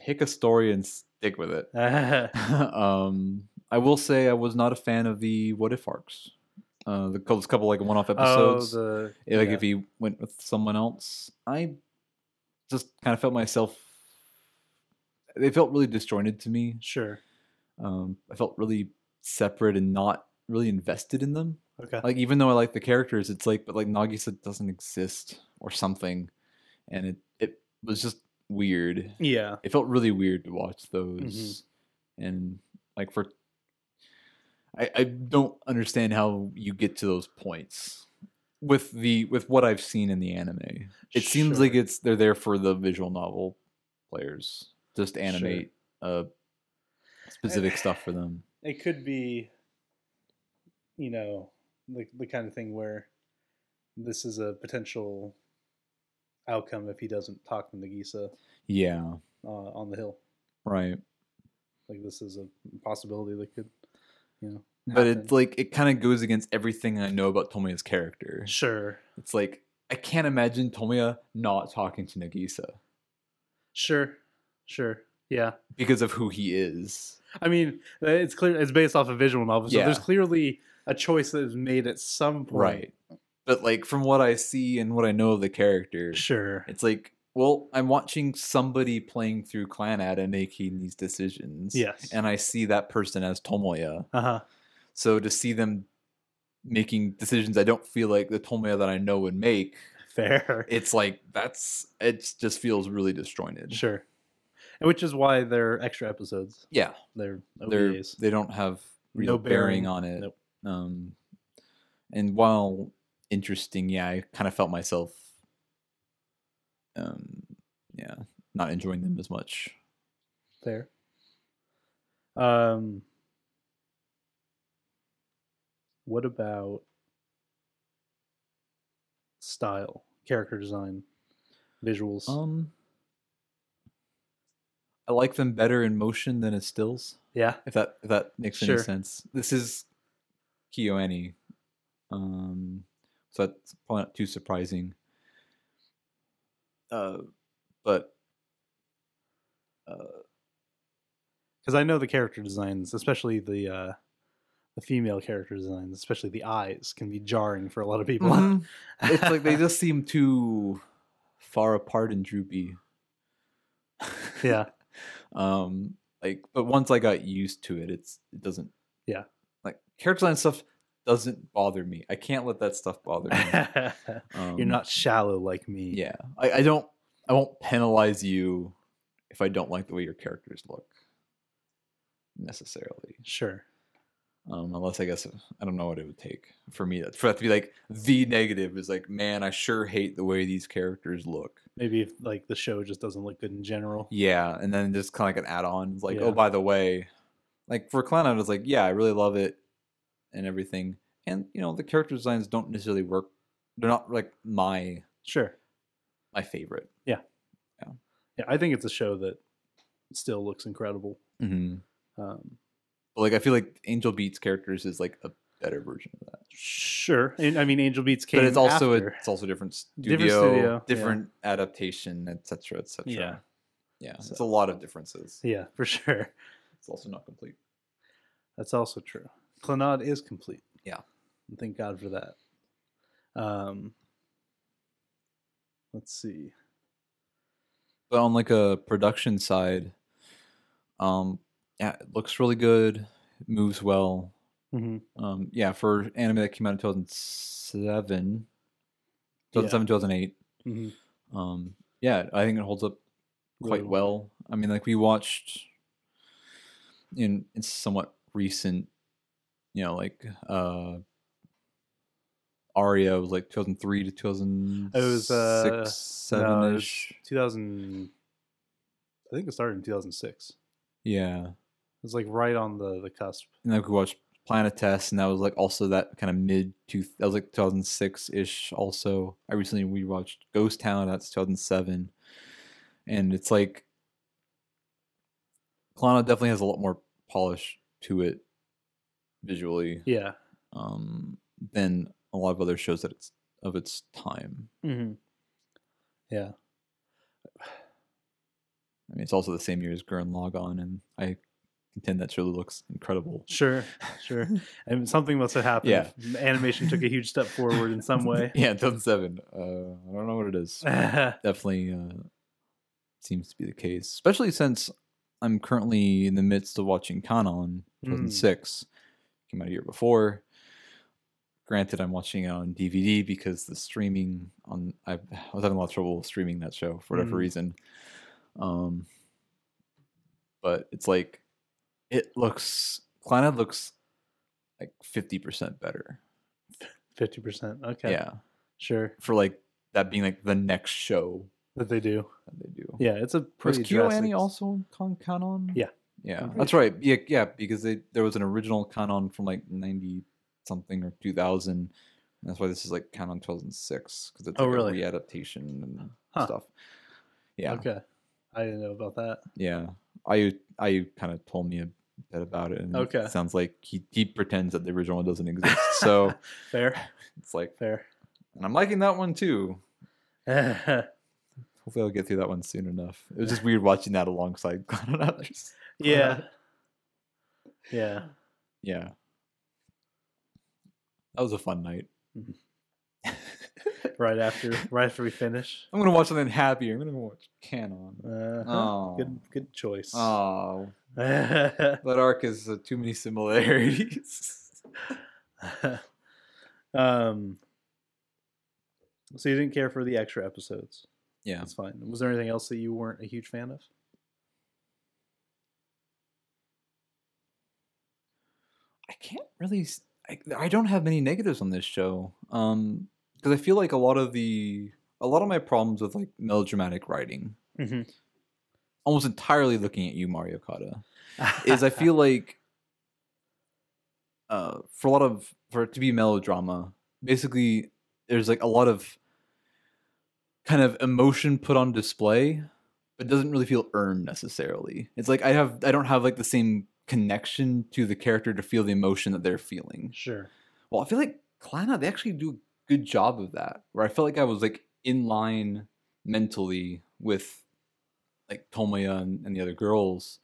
Speaker 2: pick a story and stick with it [LAUGHS]
Speaker 1: yeah,
Speaker 2: um, I will say I was not a fan of the what if arcs. Uh, the cou- those couple like one off
Speaker 1: oh,
Speaker 2: episodes.
Speaker 1: the
Speaker 2: eh, like
Speaker 1: yeah.
Speaker 2: if he went with someone else, I just kind of felt myself. They felt really disjointed to me.
Speaker 1: sure,
Speaker 2: Um, I felt really separate and not really invested in them.
Speaker 1: okay,
Speaker 2: Like even though I like the characters, it's like but like Nagisa doesn't exist or something, and it it was just weird
Speaker 1: yeah,
Speaker 2: it felt really weird to watch those and like for I, I don't understand how you get to those points with the with what i've seen in the anime it seems like
Speaker 1: Sure.
Speaker 2: it's they're there for the visual novel players just
Speaker 1: Sure.
Speaker 2: animate uh specific stuff for them
Speaker 1: it could be you know the, the kind of thing where this is a potential outcome if he doesn't talk to Nagisa
Speaker 2: yeah
Speaker 1: uh, on the hill
Speaker 2: right
Speaker 1: like this is a possibility that could you know
Speaker 2: but
Speaker 1: happen.
Speaker 2: it's like it kind of goes against everything i know about tomoya's character
Speaker 1: sure
Speaker 2: it's like i can't imagine tomoya not talking to nagisa
Speaker 1: sure sure yeah
Speaker 2: because of who he is
Speaker 1: i mean uh, it's clear it's based off a visual novel so
Speaker 2: Yeah.
Speaker 1: there's clearly a choice that is made at some point
Speaker 2: Right. But like from what I see and what I know of the character,
Speaker 1: sure
Speaker 2: it's like, well, I'm watching somebody playing through Clan Ada making these decisions.
Speaker 1: yes
Speaker 2: And I see that person as Tomoya.
Speaker 1: uh-huh
Speaker 2: So to see them making decisions I don't feel like the Tomoya that I know would make,
Speaker 1: fair
Speaker 2: it's like that's it just feels really disjointed.
Speaker 1: sure and which is why they're extra episodes
Speaker 2: Yeah.
Speaker 1: they're
Speaker 2: They're
Speaker 1: OVAs.
Speaker 2: they don't have real
Speaker 1: No
Speaker 2: bearing,
Speaker 1: bearing.
Speaker 2: on it.
Speaker 1: Nope.
Speaker 2: Um and while interesting, yeah, I kind of felt myself um yeah, not enjoying them as much.
Speaker 1: Fair. Um, what about style, character design, visuals?
Speaker 2: Um I like them better in motion than as stills,
Speaker 1: yeah,
Speaker 2: if that if that makes
Speaker 1: Sure.
Speaker 2: any sense. This is KyoAni. Um so that's probably not too surprising. Uh
Speaker 1: [LAUGHS]
Speaker 2: but uh
Speaker 1: because I know the character designs, especially the uh, the female character designs, especially the eyes, can be jarring for a lot of people. [LAUGHS]
Speaker 2: Mhm. [LAUGHS] it's like they just seem too far apart and droopy.
Speaker 1: yeah, [LAUGHS]
Speaker 2: Um. Like, but once I got used to it, it's it doesn't.
Speaker 1: Yeah.
Speaker 2: Like character line stuff doesn't bother me. I can't let that stuff bother me.
Speaker 1: [LAUGHS]
Speaker 2: Um,
Speaker 1: you're not shallow like me.
Speaker 2: Yeah. I, I don't. I won't penalize you if I don't like the way your characters look. Necessarily.
Speaker 1: sure.
Speaker 2: Um, unless I guess I don't know what it would take for me that for that to be like the negative is like, man, I sure hate the way these characters look.
Speaker 1: Maybe if, like the show just doesn't look good in general.
Speaker 2: Yeah, and then just kind of like an add-on, it's like,
Speaker 1: Yeah.
Speaker 2: oh, by the way, like for Clown, I was like, yeah, I really love it and everything, and you know the character designs don't necessarily work. They're not like my
Speaker 1: Sure.
Speaker 2: my favorite.
Speaker 1: Yeah, I think it's a show that still looks incredible.
Speaker 2: Mm-hmm.
Speaker 1: Um,
Speaker 2: But like I feel like Angel Beats characters is like a better version of that.
Speaker 1: sure. And, I mean, Angel Beats came
Speaker 2: but it's also
Speaker 1: after. [LAUGHS]
Speaker 2: it's also different studio,
Speaker 1: Different
Speaker 2: different,
Speaker 1: studio, yeah.
Speaker 2: adaptation, etc., etc.
Speaker 1: Yeah.
Speaker 2: yeah, it's a lot of differences.
Speaker 1: yeah, for sure.
Speaker 2: It's also not complete.
Speaker 1: That's also true. Clannad is complete.
Speaker 2: Yeah.
Speaker 1: And thank God for that. Um, let's see.
Speaker 2: But on like a production side, um, yeah, it looks really good, moves well.
Speaker 1: Mm-hmm.
Speaker 2: Um, yeah, for anime that came out in 2007, 2007, 2008.
Speaker 1: Mm-hmm.
Speaker 2: Um, yeah, I think it holds up quite well. I mean, like we watched in in somewhat recent, you know, like uh Aria was like 2003 to 2006,
Speaker 1: uh, no, it was-
Speaker 2: 7-ish.
Speaker 1: 2000. I think it started in 2006.
Speaker 2: Yeah.
Speaker 1: It's like right on the, the cusp.
Speaker 2: And like we watched Planetest, and that was like also that kind of mid two. That was like 2006 ish. Also, I recently we watched Ghost Town. That's 2007, and it's like Klana definitely has a lot more polish to it visually
Speaker 1: Yeah.
Speaker 2: um, than a lot of other shows that it's of its time.
Speaker 1: Mm-hmm. Yeah.
Speaker 2: I mean, it's also the same year as Gurren Lagann, and I contend that show looks incredible.
Speaker 1: Sure.
Speaker 2: [LAUGHS]
Speaker 1: Sure. and something must have happened.
Speaker 2: Yeah.
Speaker 1: if Animation took a huge step forward in
Speaker 2: [LAUGHS]
Speaker 1: some way.
Speaker 2: yeah, 2007. Uh, I don't know what it is.
Speaker 1: [LAUGHS] mm-hmm.
Speaker 2: definitely uh, seems to be the case, especially since I'm currently in the midst of watching Kanon
Speaker 1: Mm.
Speaker 2: 2006. Came out a year before. Granted, I'm watching it on DVD because the streaming on I I was having a lot of trouble streaming that show for whatever
Speaker 1: Mm.
Speaker 2: reason. Um, but it's like it looks Clannad looks like 50% better.
Speaker 1: 50%. Okay.
Speaker 2: Yeah,
Speaker 1: Sure.
Speaker 2: for like that being like the next show
Speaker 1: That they do.
Speaker 2: that they do.
Speaker 1: Yeah. It's a
Speaker 2: Was
Speaker 1: pretty
Speaker 2: KyoAni
Speaker 1: drastic-
Speaker 2: E also on Con- Canon?
Speaker 1: Yeah.
Speaker 2: Yeah.
Speaker 1: pretty
Speaker 2: That's right. Yeah, yeah, because they, there was an original Canon from like 90 something or 2000. and That's why this is like Canon 2006 because it's
Speaker 1: Oh,
Speaker 2: like
Speaker 1: really?
Speaker 2: a readaptation and
Speaker 1: Huh.
Speaker 2: stuff. Yeah.
Speaker 1: Okay. I didn't know about that.
Speaker 2: Yeah. Ayu, Ayu kind of told me a bit about it. And
Speaker 1: Okay.
Speaker 2: It sounds like he, he pretends that the original one
Speaker 1: [LAUGHS]
Speaker 2: doesn't exist. So
Speaker 1: Fair.
Speaker 2: it's like,
Speaker 1: Fair. [LAUGHS]
Speaker 2: and I'm liking that one too.
Speaker 1: yeah.
Speaker 2: Hopefully I'll get through that one soon enough. It was just weird watching that alongside [LAUGHS] Canon others.
Speaker 1: Yeah.
Speaker 2: Yeah. That was a fun night.
Speaker 1: Mhm.
Speaker 2: I'm
Speaker 1: Right after right after we finish.
Speaker 2: gonna watch something happier. I'm gonna go watch Canon.
Speaker 1: Uh-huh.
Speaker 2: Oh,
Speaker 1: Good good choice. [LAUGHS]
Speaker 2: oh,
Speaker 1: um,
Speaker 2: that arc is uh, too many similarities.
Speaker 1: so you didn't care for the extra episodes.
Speaker 2: [LAUGHS] yeah,
Speaker 1: That's fine. Was there anything else that you weren't a huge fan of?
Speaker 2: I can't really. s- I, I don't have many negatives on this show. Um, because I feel like a lot of the a lot of my problems with like melodramatic writing,
Speaker 1: [LAUGHS] Mhm.
Speaker 2: almost entirely looking at you, Mario Kata. is I feel like uh for a lot of for it to be melodrama, basically there's like a lot of kind of emotion put on display, but doesn't really feel earned necessarily. It's like I have I don't have like the same connection to the character to feel the emotion that they're feeling.
Speaker 1: [LAUGHS] sure.
Speaker 2: Well, I feel like Klana, they actually do a good job of that. Where I felt like I was like in line mentally with like Tomoya and, and the other girls,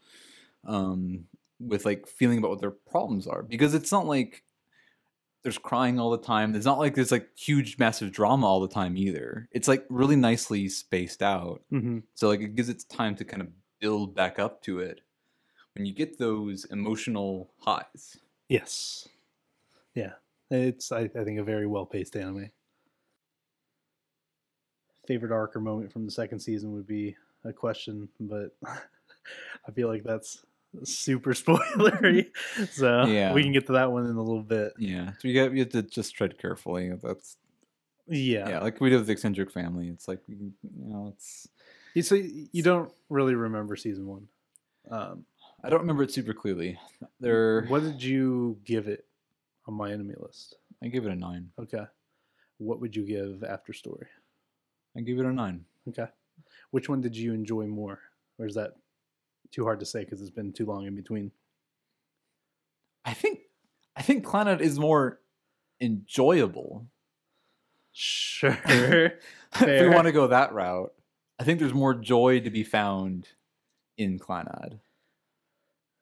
Speaker 2: um, with like feeling about what their problems are. Because it's not like there's crying all the time. It's not like there's like huge massive drama all the time either. It's like really nicely spaced out.
Speaker 1: Mm-hmm.
Speaker 2: So like it gives it time to kind of build back up to it when you get those emotional highs.
Speaker 1: Yes. Yeah. It's I, I think a very well paced anime. Favorite arc or moment from the second season would be a question, but [LAUGHS] I feel like that's super [LAUGHS] spoilery. so
Speaker 2: Yeah.
Speaker 1: we can get to that one in a little bit.
Speaker 2: Yeah, so you got you have to just tread carefully. That's yeah,
Speaker 1: Yeah.
Speaker 2: like we did with the eccentric family. It's like you know, it's
Speaker 1: You so you don't really remember season one. Um,
Speaker 2: I don't remember it super clearly. There,
Speaker 1: what did you give it on my enemy list?
Speaker 2: I give it a nine.
Speaker 1: Okay. What would you give after story?
Speaker 2: I give it a nine.
Speaker 1: Okay. Which one did you enjoy more? Or is that too hard to say because it's been too long in between?
Speaker 2: I think I think Clannad is more enjoyable. [LAUGHS]
Speaker 1: Sure. [LAUGHS]
Speaker 2: if we
Speaker 1: Fair.
Speaker 2: want to go that route, I think there's more joy to be found in Clannad.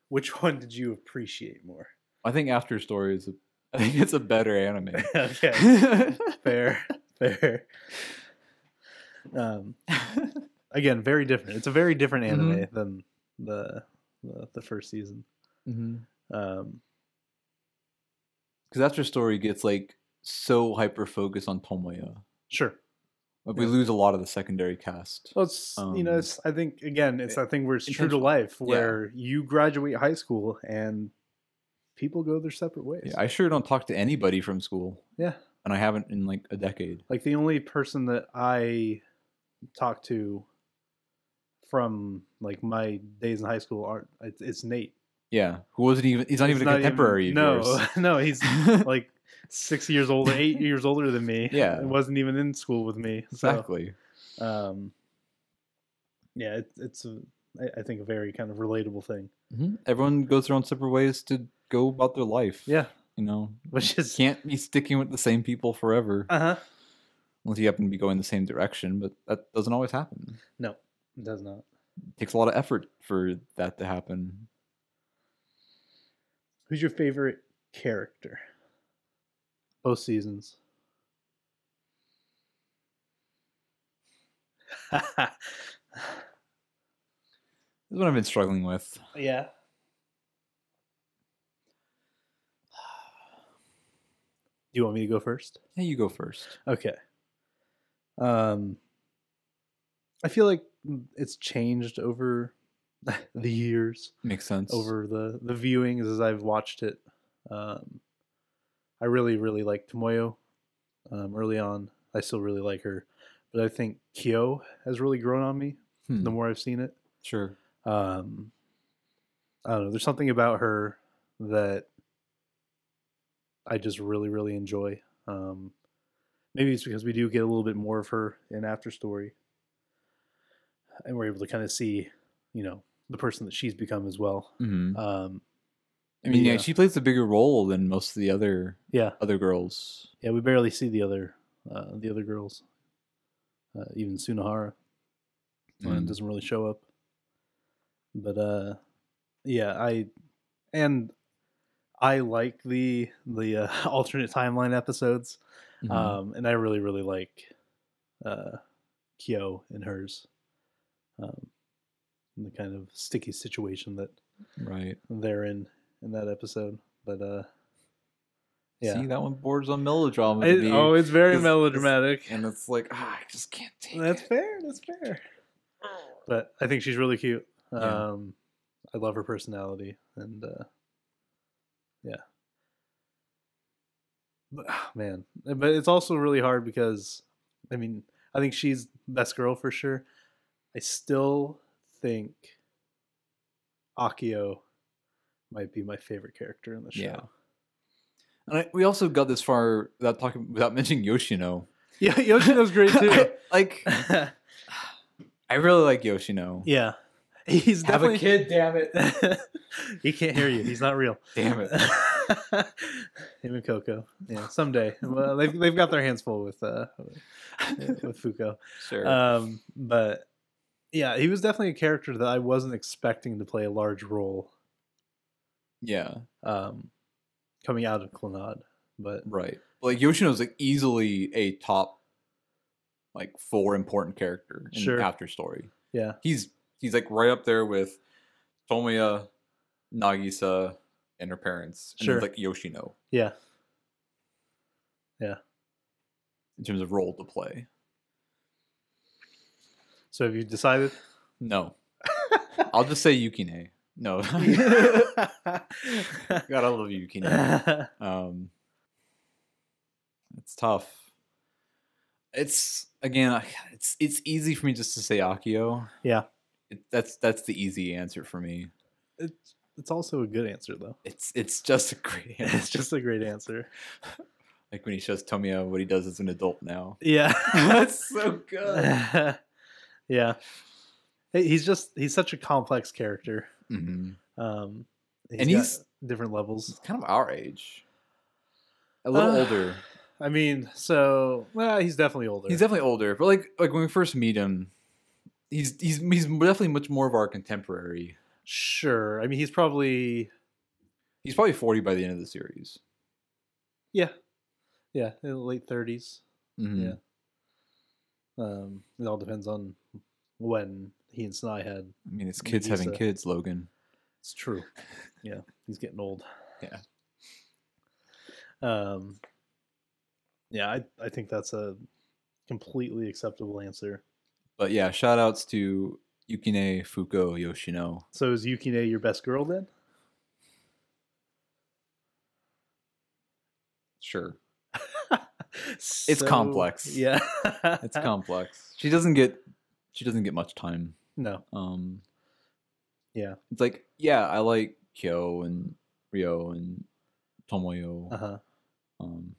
Speaker 1: Which one did you appreciate more?
Speaker 2: I think After Story is a, I think it's a
Speaker 1: [LAUGHS]
Speaker 2: better anime.
Speaker 1: [LAUGHS]
Speaker 2: [LAUGHS]
Speaker 1: okay. Fair. Fair. Um, again, very different. It's a very different anime than the, the the first season.
Speaker 2: Mhm.
Speaker 1: Um,
Speaker 2: Cuz After Story gets like so hyper focused on Tomoya.
Speaker 1: sure.
Speaker 2: Like we lose a lot of the secondary cast.
Speaker 1: Well, it's you know,
Speaker 2: Um, eh,
Speaker 1: it's I think again, it's that thing where it's true to
Speaker 2: intentional-
Speaker 1: life,
Speaker 2: yeah.
Speaker 1: where you graduate high school and people go their separate ways.
Speaker 2: Yeah, I sure don't talk to anybody from school.
Speaker 1: Yeah.
Speaker 2: And I haven't in like a decade.
Speaker 1: like the only person that I talked to from like my days in high school are it's, it's Nate.
Speaker 2: Yeah. Who wasn't even he's not
Speaker 1: He's
Speaker 2: even
Speaker 1: not
Speaker 2: a contemporary of
Speaker 1: no,
Speaker 2: yours.
Speaker 1: [LAUGHS] no, he's
Speaker 2: [LAUGHS]
Speaker 1: like six years older, eight years older than me.
Speaker 2: Yeah.
Speaker 1: and wasn't even in school with me. So,
Speaker 2: exactly.
Speaker 1: um, yeah, it, it's a, I, I think a very kind of relatable thing.
Speaker 2: Mhm. Everyone goes their own separate ways to go about their life.
Speaker 1: Yeah, [LAUGHS]
Speaker 2: You know,
Speaker 1: which is
Speaker 2: can't be sticking with the same people forever
Speaker 1: uh huh.
Speaker 2: unless you happen to be going the same direction, but that doesn't always happen.
Speaker 1: No, it does not.
Speaker 2: It takes a lot of effort for that to happen.
Speaker 1: Who's your favorite character? Both seasons.
Speaker 2: This is what I've been struggling with.
Speaker 1: [LAUGHS] yeah. Do you want me to go first?
Speaker 2: Yeah, you go first.
Speaker 1: Okay. Um, I feel like it's changed over [LAUGHS] the years.
Speaker 2: Makes sense.
Speaker 1: over the the viewings as I've watched it. Um, I really really like Tomoyo um, early on. I still really like her, but I think Kyo has really grown on me
Speaker 2: Hmm,
Speaker 1: the more I've seen it.
Speaker 2: Sure.
Speaker 1: Um, I don't know. There's something about her that I just really really enjoy. Um, maybe it's because we do get a little bit more of her in After Story, and we're able to kind of see, you know, the person that she's become as well.
Speaker 2: Mhm.
Speaker 1: Um,
Speaker 2: I mean, yeah.
Speaker 1: yeah.
Speaker 2: she plays a bigger role than most of the other
Speaker 1: yeah,
Speaker 2: other girls.
Speaker 1: yeah, we barely see the other uh, the other girls. Uh, even Sunahara uh,
Speaker 2: Mm.
Speaker 1: doesn't really show up. But uh, yeah, I and I like the the uh, [LAUGHS] alternate timeline episodes,
Speaker 2: Mhm.
Speaker 1: um, and I really really like uh, Kyo and hers, um, and the kind of sticky situation that
Speaker 2: right.
Speaker 1: they're in in that episode. But uh, yeah.
Speaker 2: See, that one borders on melodrama. to
Speaker 1: It-
Speaker 2: me,
Speaker 1: oh, it's very
Speaker 2: 'cause it's-
Speaker 1: melodramatic.
Speaker 2: and it's like, ah, I just can't take
Speaker 1: That's
Speaker 2: it.
Speaker 1: fair. That's fair. But I think she's really cute.
Speaker 2: Yeah.
Speaker 1: Um, I love her personality, and uh, yeah. But, ah, man, but it's also really hard because, I mean, I think she's best girl for sure. I still think Akio might be my favorite character in the show. [LAUGHS]
Speaker 2: Yeah. And I, we also got this far without talking without mentioning Yoshino.
Speaker 1: Yeah, Yoshino's great too.
Speaker 2: [LAUGHS] like I really like Yoshino.
Speaker 1: yeah, he's
Speaker 2: Have
Speaker 1: definitely
Speaker 2: a kid, damn it.
Speaker 1: [LAUGHS] he can't hear you. He's not real. [LAUGHS]
Speaker 2: damn [LAUGHS] it.
Speaker 1: Him and Coco. Yeah, someday. Well, they've they've got their hands full with uh with Fuko.
Speaker 2: Sure.
Speaker 1: Um, but yeah, he was definitely a character that I wasn't expecting to play a large role.
Speaker 2: yeah,
Speaker 1: Um, coming out of Clannad, but
Speaker 2: right. Like Yoshino's like easily a top like four important character in
Speaker 1: Sure.
Speaker 2: after story.
Speaker 1: yeah,
Speaker 2: He's he's like right up there with Tomoya, Nagisa, and her parents. And then,
Speaker 1: Sure.
Speaker 2: like Yoshino
Speaker 1: yeah,
Speaker 2: in terms of role to play.
Speaker 1: So have you decided? [LAUGHS] Hmm.
Speaker 2: No. I'll just say Yukine.
Speaker 1: [LAUGHS]
Speaker 2: No. [LAUGHS] God, I love you,
Speaker 1: [LAUGHS]
Speaker 2: Kenya.
Speaker 1: yeah,
Speaker 2: Um, it's tough. It's again, I- it's it's easy for me just to say Akio.
Speaker 1: Yeah.
Speaker 2: it, that's that's the easy answer for me.
Speaker 1: it's it's also a good answer though. [LAUGHS]
Speaker 2: It's it's just a great answer.
Speaker 1: It's just a great answer.
Speaker 2: like when he shows Tomio what he does as an
Speaker 1: [LAUGHS]
Speaker 2: adult now.
Speaker 1: Yeah.
Speaker 2: that's so good.
Speaker 1: [LAUGHS] yeah. He- He's just he's such a complex character.
Speaker 2: hmm
Speaker 1: Um
Speaker 2: And
Speaker 1: got
Speaker 2: he's-
Speaker 1: different levels.
Speaker 2: It's kind of our age, a little
Speaker 1: Uh,
Speaker 2: older.
Speaker 1: I mean, so well, he's definitely older.
Speaker 2: He's definitely older, but like like when we first meet him, he's he's he's definitely much more of our contemporary.
Speaker 1: sure. I mean, he's probably
Speaker 2: He's probably forty by the end of the series.
Speaker 1: yeah. Yeah, in the late 30s.
Speaker 2: Mhm.
Speaker 1: Yeah. Um it all depends on when he and Sly had.
Speaker 2: I mean, it's
Speaker 1: Maybe
Speaker 2: kids
Speaker 1: he's
Speaker 2: having
Speaker 1: a-
Speaker 2: kids, Logan.
Speaker 1: It's true. yeah, he's getting old.
Speaker 2: Yeah.
Speaker 1: Um Yeah, I I think that's a completely acceptable answer.
Speaker 2: But yeah, shout outs to Yukine Fuko Yoshino.
Speaker 1: So is Yukine your best girl then?
Speaker 2: Sure. complex.
Speaker 1: Yeah. Uh,
Speaker 2: It's complex. She doesn't get she doesn't get much time.
Speaker 1: [LAUGHS] No.
Speaker 2: Um
Speaker 1: Yeah.
Speaker 2: It's like, yeah, I like Kyo and Ryo and Tomoyo.
Speaker 1: Uh huh.
Speaker 2: Um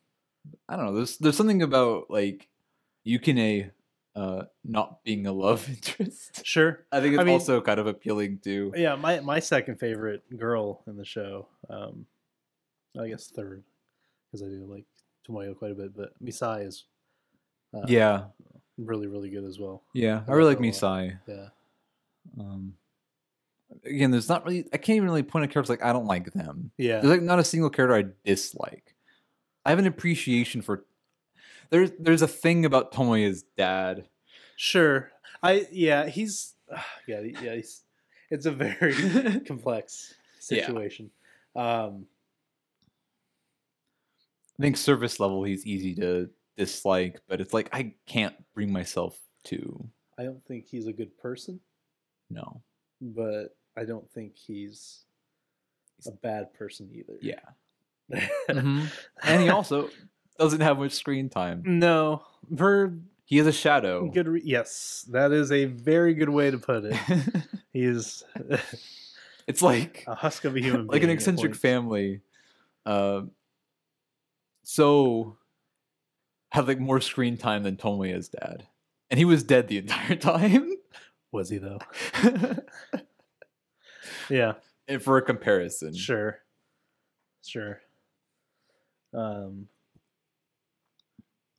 Speaker 2: I don't know. There's there's something about like Yukine uh not being a love [LAUGHS] interest.
Speaker 1: Sure.
Speaker 2: I think it's
Speaker 1: I mean-
Speaker 2: also kind of appealing to
Speaker 1: Yeah, my my second favorite girl in the show, um, I guess third, because I do like Tomoyo quite a bit, but Misai is uh,
Speaker 2: Yeah.
Speaker 1: really really good as well.
Speaker 2: Yeah. I
Speaker 1: I
Speaker 2: really
Speaker 1: like
Speaker 2: like
Speaker 1: her a lot.
Speaker 2: Misai.
Speaker 1: Yeah.
Speaker 2: Um, again, there's not really. I can't even really point a character like I don't like them.
Speaker 1: Yeah.
Speaker 2: There's like not a single character I dislike. I have an appreciation for. There's there's a thing about Tomoya's dad.
Speaker 1: Sure. I yeah, he's [SIGHS] yeah, yeah, he's it's a very
Speaker 2: [LAUGHS]
Speaker 1: complex
Speaker 2: Yeah.
Speaker 1: situation. Um
Speaker 2: I think service level he's easy to dislike, but it's like I can't bring myself to
Speaker 1: I don't think he's a good person,
Speaker 2: no.
Speaker 1: but I don't think he's a bad person either. [LAUGHS]
Speaker 2: Yeah, Mm-hmm. and he also doesn't have much screen time.
Speaker 1: No, for
Speaker 2: He is a shadow.
Speaker 1: good re- yes, that is a very good way to put it. He is
Speaker 2: [LAUGHS]
Speaker 1: [LAUGHS]
Speaker 2: it's like
Speaker 1: a husk of a human being.
Speaker 2: like an
Speaker 1: at
Speaker 2: eccentric
Speaker 1: points.
Speaker 2: family uh, so had like more screen time than tomoya's dad and he was dead the [LAUGHS] entire time
Speaker 1: Was he though? Yeah,
Speaker 2: and for a comparison
Speaker 1: sure. Sure. Um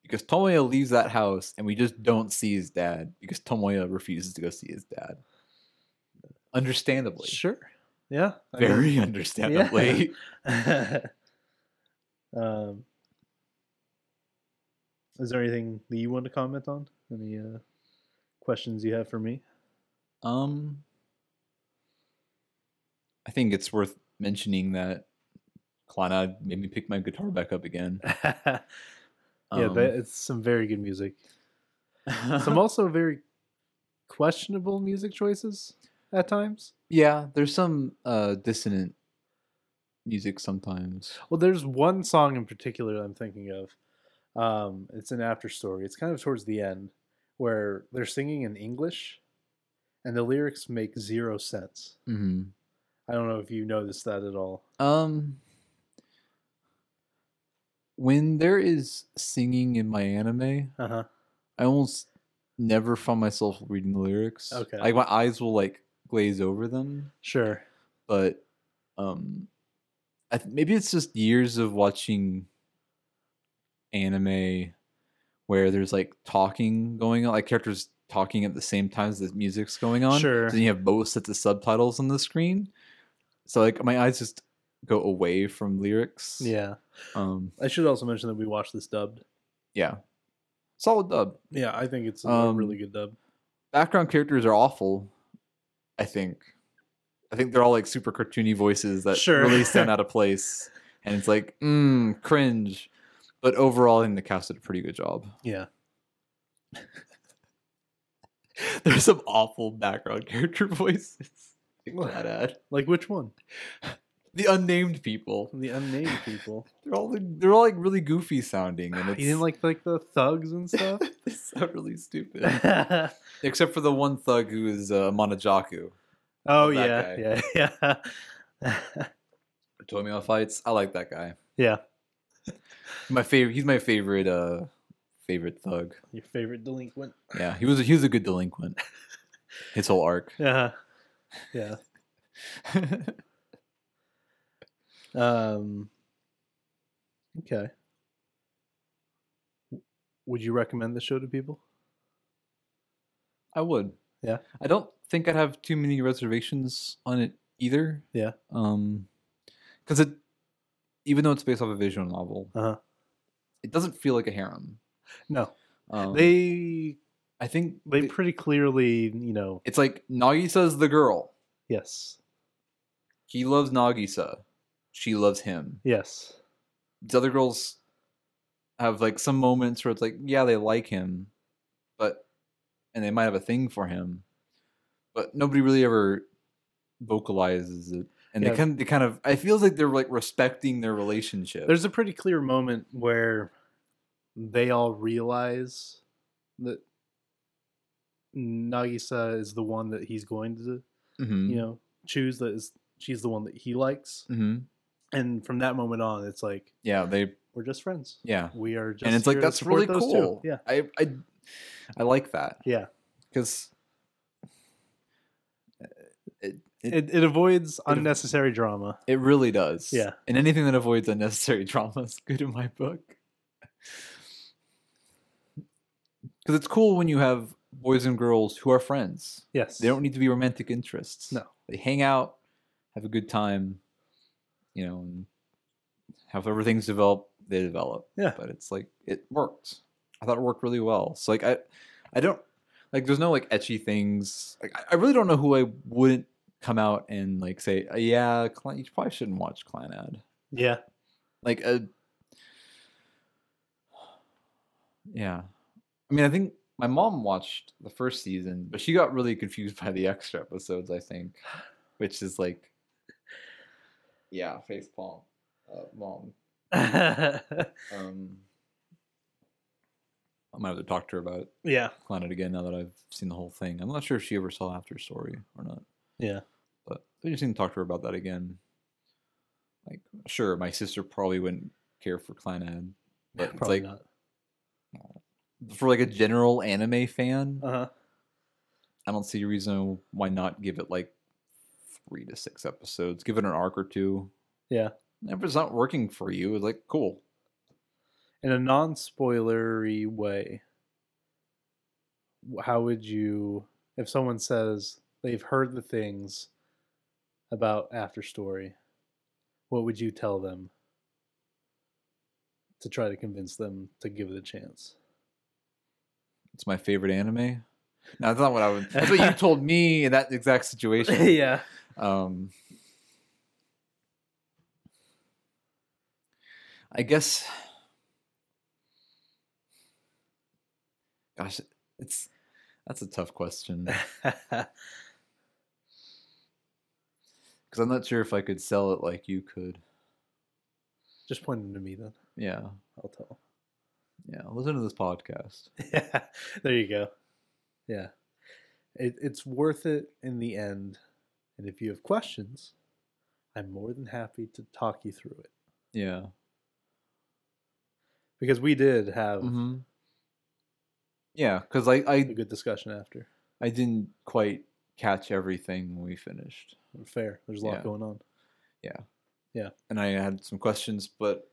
Speaker 2: because tomoya leaves that house and we just don't see his dad because tomoya refuses to go see his dad understandably
Speaker 1: sure. [LAUGHS] Yeah. I mean-
Speaker 2: very understandably
Speaker 1: [LAUGHS] um, is there anything that you want to comment on? Any uh, questions you have for me?
Speaker 2: Um, I think it's worth mentioning that Klana made me pick my guitar back up again.
Speaker 1: yeah,
Speaker 2: Um,
Speaker 1: that, it's some very good music. [LAUGHS] Some also very questionable music choices at times.
Speaker 2: yeah, there's some uh, dissonant music sometimes.
Speaker 1: Well, there's one song in particular that I'm thinking of. Um, it's an after story. It's kind of towards the end where they're singing in English, and the lyrics make zero sense.
Speaker 2: hmm
Speaker 1: I don't know if you noticed that at all.
Speaker 2: Um, when there is singing in my anime,
Speaker 1: Uh huh.
Speaker 2: I almost never find myself reading the lyrics.
Speaker 1: Okay.
Speaker 2: like my eyes will like glaze over them.
Speaker 1: Sure.
Speaker 2: but um I th- maybe it's just years of watching anime where there's like talking going on like characters talking at the same time as the music's going on
Speaker 1: Sure.
Speaker 2: so then you have both sets of subtitles on the screen so like my eyes just go away from lyrics
Speaker 1: Yeah.
Speaker 2: um
Speaker 1: I should also mention that we watched this dubbed.
Speaker 2: yeah solid dub
Speaker 1: Yeah, I think it's a
Speaker 2: Um,
Speaker 1: really good dub.
Speaker 2: background characters are awful i think i think they're all like super cartoony voices that
Speaker 1: Sure. [LAUGHS]
Speaker 2: really sound out of place and it's like mm, cringe but overall i think the cast did a pretty good job
Speaker 1: Yeah.
Speaker 2: [LAUGHS] there's some awful background character [LAUGHS] voices Big Glad ad.
Speaker 1: Like which one?
Speaker 2: The unnamed people.
Speaker 1: The unnamed people.
Speaker 2: They're all they're all like really goofy sounding, [LAUGHS] and
Speaker 1: [SIGHS] you
Speaker 2: it's [LAUGHS]
Speaker 1: didn't like like the thugs and stuff. [LAUGHS]
Speaker 2: they sound really stupid. Except for the one thug who is uh, Monojaku.
Speaker 1: oh
Speaker 2: That
Speaker 1: yeah, [LAUGHS] yeah, yeah, [LAUGHS]
Speaker 2: Tomio fights. I like that guy.
Speaker 1: yeah.
Speaker 2: My favorite. He's my favorite. Uh, favorite thug.
Speaker 1: Your favorite delinquent.
Speaker 2: Yeah, he was. A, he was a good [LAUGHS] delinquent. His whole [LAUGHS] arc.
Speaker 1: Yeah, Uh-huh. yeah. Um. Okay. W- Would you recommend the show to people?
Speaker 2: I would.
Speaker 1: Yeah.
Speaker 2: I don't think I'd have too many reservations on it either.
Speaker 1: Yeah.
Speaker 2: Um, because it, even though it's based off a visual novel,
Speaker 1: Uh-huh.
Speaker 2: it doesn't feel like a harem.
Speaker 1: No,
Speaker 2: Um,
Speaker 1: they
Speaker 2: I think
Speaker 1: they
Speaker 2: it-
Speaker 1: pretty clearly, you know,
Speaker 2: it's like Nagisa's the girl.
Speaker 1: yes,
Speaker 2: He loves Nagisa. She loves him.
Speaker 1: yes,
Speaker 2: These other girls have like some moments where it's like, yeah, they like him, but and they might have a thing for him, but nobody really ever vocalizes it. And
Speaker 1: Yeah.
Speaker 2: they kind, they kind of, I feels like they're like respecting their relationship.
Speaker 1: There's a pretty clear moment where they all realize that Nagisa is the one that he's going to,
Speaker 2: mm-hmm.
Speaker 1: you know, choose that is she's the one that he likes.
Speaker 2: hmm
Speaker 1: And from that moment on, it's like
Speaker 2: yeah, they,
Speaker 1: we're just friends.
Speaker 2: yeah,
Speaker 1: We are just
Speaker 2: and it's like
Speaker 1: here to
Speaker 2: that's
Speaker 1: support
Speaker 2: really
Speaker 1: those two."
Speaker 2: cool.
Speaker 1: Yeah.
Speaker 2: I, I, I like that.
Speaker 1: Yeah.
Speaker 2: because it, it, it
Speaker 1: It it avoids unnecessary drama.
Speaker 2: really does.
Speaker 1: Yeah.
Speaker 2: and anything that avoids unnecessary [LAUGHS] drama is good in my book. [LAUGHS] Because it's cool when you have boys and girls who are friends.
Speaker 1: Yes.
Speaker 2: They don't need to be romantic interests.
Speaker 1: No.
Speaker 2: they hang out, have a good time, you know, and however things develop, they develop.
Speaker 1: Yeah.
Speaker 2: but it's like it worked. I thought it worked really well. So like I, I don't like. There's no like etchy things. Like I, I really don't know who I wouldn't come out and like say, "Uh, yeah, Clan, you probably shouldn't watch Clan Ad.
Speaker 1: Yeah. [LAUGHS]
Speaker 2: Like uh, a, yeah. I mean, I think my mom watched the first season, but she got really confused [LAUGHS] by the extra episodes. I think, which is like, yeah, face palm, uh, mom. Um, I might have to talk to her about it.
Speaker 1: yeah.
Speaker 2: Clan it again now that I've seen the whole thing. I'm not sure if she ever saw After Story or not,
Speaker 1: Yeah.
Speaker 2: but I just need to talk to her about that again. Like, sure, my sister probably wouldn't care for Clan Ad, but it's
Speaker 1: Probably
Speaker 2: like
Speaker 1: not.
Speaker 2: for like a general anime fan,
Speaker 1: Uh huh.
Speaker 2: I don't see a reason why not give it like three to six episodes. Give it an arc or two.
Speaker 1: Yeah.
Speaker 2: And If it's not working for you, it's like cool.
Speaker 1: in a non spoilery way, wh- how would you, if someone says they've heard the things about After Story, what would you tell them to try to convince them to give it a chance?
Speaker 2: It's my favorite anime. No, that's not what I would.
Speaker 1: [LAUGHS]
Speaker 2: That's what you told me in that exact situation. Um, I guess. Gosh, it's that's a tough question
Speaker 1: [LAUGHS] yeah.
Speaker 2: because I'm not sure if I could sell it like you could.
Speaker 1: [LAUGHS] Just point them to me then.
Speaker 2: Yeah,
Speaker 1: I'll tell.
Speaker 2: yeah. Listen to this podcast.
Speaker 1: Yeah. There you go. Yeah. It, it's worth it in the end. And if you have questions, I'm more than happy to talk you through it.
Speaker 2: Yeah.
Speaker 1: because we did have
Speaker 2: Mm-hmm. Yeah, because I,
Speaker 1: a
Speaker 2: I
Speaker 1: good discussion after.
Speaker 2: I didn't quite catch everything when we finished,
Speaker 1: Fair. There's a lot
Speaker 2: Yeah.
Speaker 1: going on.
Speaker 2: and I had some questions, but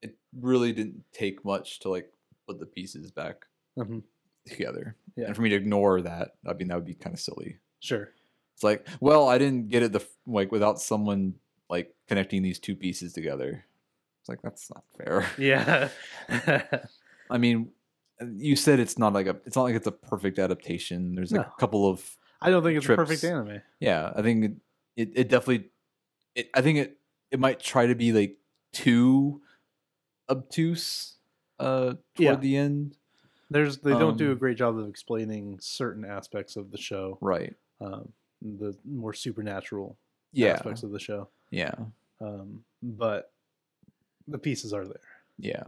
Speaker 2: it really didn't take much to like put the pieces back
Speaker 1: Mhm.
Speaker 2: together.
Speaker 1: Yeah.
Speaker 2: And for me to ignore that, I mean, that would be kind of silly.
Speaker 1: Sure.
Speaker 2: It's like, well, I didn't get it the f- like without someone like connecting these two pieces together. It's like that's not fair.
Speaker 1: Yeah. [LAUGHS]
Speaker 2: I mean, you said it's not like a it's not like it's a perfect adaptation. There's like
Speaker 1: No.
Speaker 2: a couple of
Speaker 1: I don't think it's a perfect
Speaker 2: Trips.
Speaker 1: anime.
Speaker 2: yeah. I think it it, it definitely. It, I think it it might try to be like too obtuse uh toward
Speaker 1: Yeah.
Speaker 2: the end.
Speaker 1: There's they don't do a
Speaker 2: Um,
Speaker 1: great job of explaining certain aspects of the show.
Speaker 2: Right.
Speaker 1: Um, the more supernatural
Speaker 2: Yeah.
Speaker 1: aspects of the show.
Speaker 2: Yeah.
Speaker 1: Um, but the pieces are there.
Speaker 2: Yeah.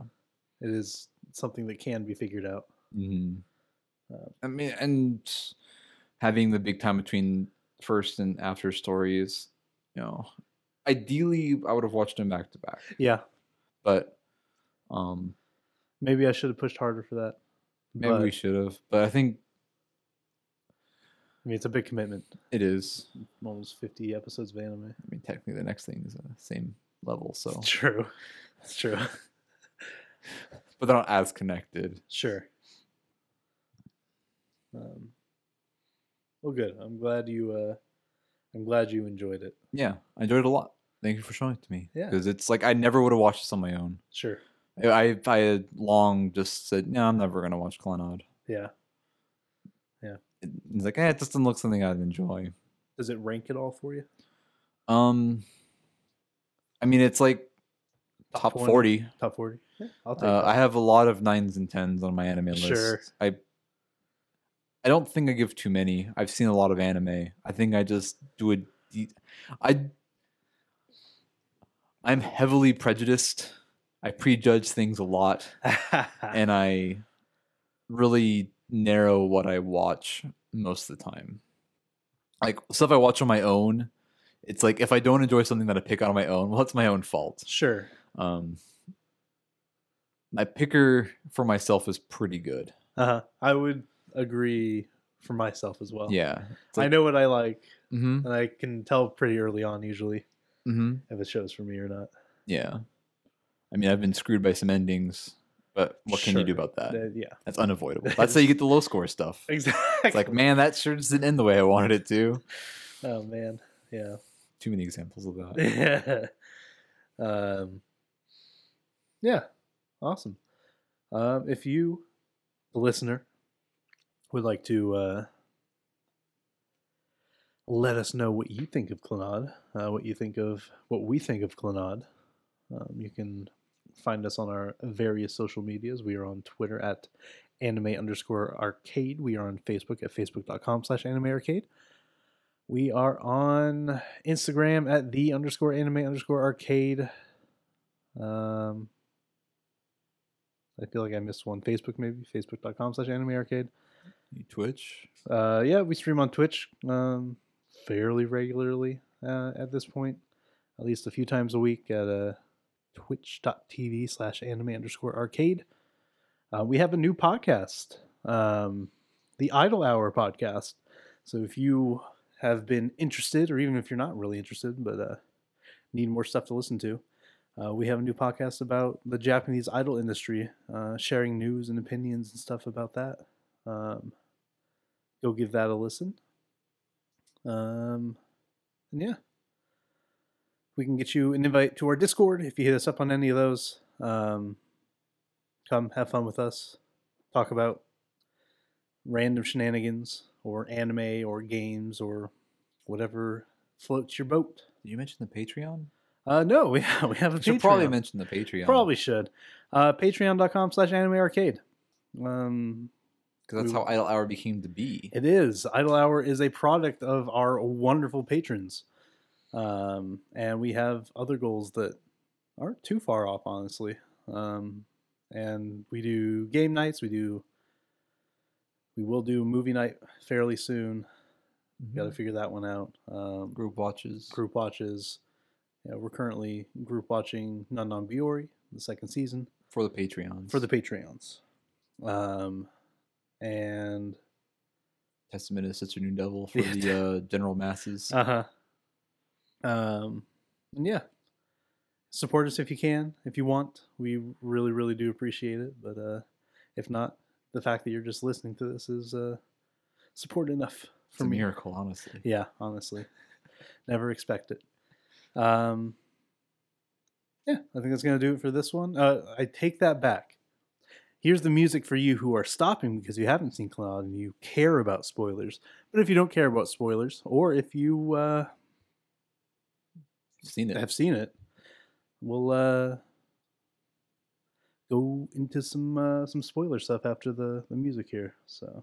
Speaker 1: It is something that can be figured out.
Speaker 2: hmm
Speaker 1: Uh,
Speaker 2: I mean, and having the big time between first and after stories, you know, ideally I would have watched them back to back,
Speaker 1: Yeah,
Speaker 2: but um,
Speaker 1: maybe I should have pushed harder for that.
Speaker 2: maybe
Speaker 1: but,
Speaker 2: we should have. But I think
Speaker 1: I mean, it's a big commitment.
Speaker 2: it is. I
Speaker 1: Almost fifty episodes of anime.
Speaker 2: mean, technically the next thing is the same level, so
Speaker 1: It's true. It's true.
Speaker 2: but they're not as connected.
Speaker 1: [LAUGHS] sure. Um, well, good. I'm glad you. Uh, I'm glad you enjoyed it.
Speaker 2: Yeah, I enjoyed it a lot. Thank you for showing it to me.
Speaker 1: Yeah.
Speaker 2: because it's like I never would have watched this on my own.
Speaker 1: Sure.
Speaker 2: I I, I had long just said no, I'm never gonna watch Clannad.
Speaker 1: Yeah.
Speaker 2: It's like eh, it doesn't look something I'd enjoy.
Speaker 1: Does it rank at all for you?
Speaker 2: Um, I mean, it's like
Speaker 1: Top
Speaker 2: top
Speaker 1: 20?
Speaker 2: forty.
Speaker 1: Top forty. Yeah, I'll take.
Speaker 2: Uh,
Speaker 1: that.
Speaker 2: I have a lot of nines and tens on my anime
Speaker 1: Sure.
Speaker 2: list. I I don't think I give too many. I've seen a lot of anime. I think I just do a. De- I I'm heavily prejudiced. I prejudge things a lot,
Speaker 1: [LAUGHS] Ah.
Speaker 2: and I really narrow what I watch most of the time. Like stuff I watch on my own, it's like if I don't enjoy something that I pick out on my own, [LAUGHS] well, it's my own fault.
Speaker 1: sure.
Speaker 2: Um, my picker for myself is pretty good.
Speaker 1: Uh-huh. I would agree for myself as well.
Speaker 2: Yeah.
Speaker 1: I know what I like,
Speaker 2: Mm-hmm.
Speaker 1: and I can tell pretty early on usually
Speaker 2: Mm-hmm.
Speaker 1: if it shows for me or not.
Speaker 2: Yeah. I mean, I've been screwed by some endings, but what can you do
Speaker 1: Sure.
Speaker 2: about that?
Speaker 1: Uh, yeah,
Speaker 2: That's unavoidable. That's how you get the low score stuff.
Speaker 1: [LAUGHS] exactly.
Speaker 2: It's like, man, that sure didn't end the way I wanted it to.
Speaker 1: oh man, yeah.
Speaker 2: Too many examples of
Speaker 1: [LAUGHS]
Speaker 2: that.
Speaker 1: yeah. Um, yeah. Awesome. Um, if you, the listener, would like to uh, let us know what you think of Clannad, uh, what you think of what we think of Clannad, um, you can find us on our various social medias. We are on Twitter at anime underscore arcade. We are on Facebook at facebook.com slash anime arcade. We are on Instagram at the underscore anime underscore arcade. Um, I feel like I missed one. Facebook maybe facebook.com slash anime arcade.
Speaker 2: You Twitch.
Speaker 1: Uh, yeah, we stream on Twitch um, fairly regularly uh, at this point, at least a few times a week at uh, twitch.tv slash anime underscore arcade. Uh, we have a new podcast, um, the Idle Hour podcast. So if you have been interested, or even if you're not really interested, but uh, need more stuff to listen to, uh, we have a new podcast about the Japanese idol industry, uh, sharing news and opinions and stuff about that. Um, go give that a listen. Um, and yeah, we can get you an invite to our Discord if you hit us up on any of those. Um, come have fun with us, talk about random shenanigans or anime or games or whatever floats your boat.
Speaker 2: Did you mention the Patreon?
Speaker 1: Uh, no, [LAUGHS] we we have a
Speaker 2: You should probably
Speaker 1: Patreon.
Speaker 2: mention the Patreon.
Speaker 1: Probably should. Uh, Patreon.com slash anime arcade. Um,
Speaker 2: Because that's
Speaker 1: we-
Speaker 2: how Idle Hour became to be.
Speaker 1: It is. Idle Hour is a product of our wonderful patrons. Um, and we have other goals that aren't too far off, honestly. Um, and we do game nights. We do. We will do movie night fairly soon. Got to
Speaker 2: Mhm.
Speaker 1: figure that one out. Um,
Speaker 2: Group watches.
Speaker 1: group watches. Yeah, we're currently group watching Nun on Biori, the second season
Speaker 2: For the Patreons.
Speaker 1: for the Patreons. Um, and
Speaker 2: Testament of Sister New Devil for
Speaker 1: Yeah.
Speaker 2: the uh, general masses.
Speaker 1: Uh huh. Um, and yeah, support us if you can, if you want. We really, really do appreciate it. But uh, if not, the fact that you're just listening to this is uh, support enough
Speaker 2: it's
Speaker 1: for
Speaker 2: a
Speaker 1: me.
Speaker 2: miracle, honestly.
Speaker 1: Yeah, honestly, never expect it. Um, yeah, I think that's gonna do it for this one. Uh, I take that back. Here's the music for you who are stopping because you haven't seen Cloud and you care about spoilers. But if you don't care about spoilers, or if you uh,
Speaker 2: I've seen it.
Speaker 1: have seen it, we'll uh, go into some uh, some spoiler stuff after the, the music here. So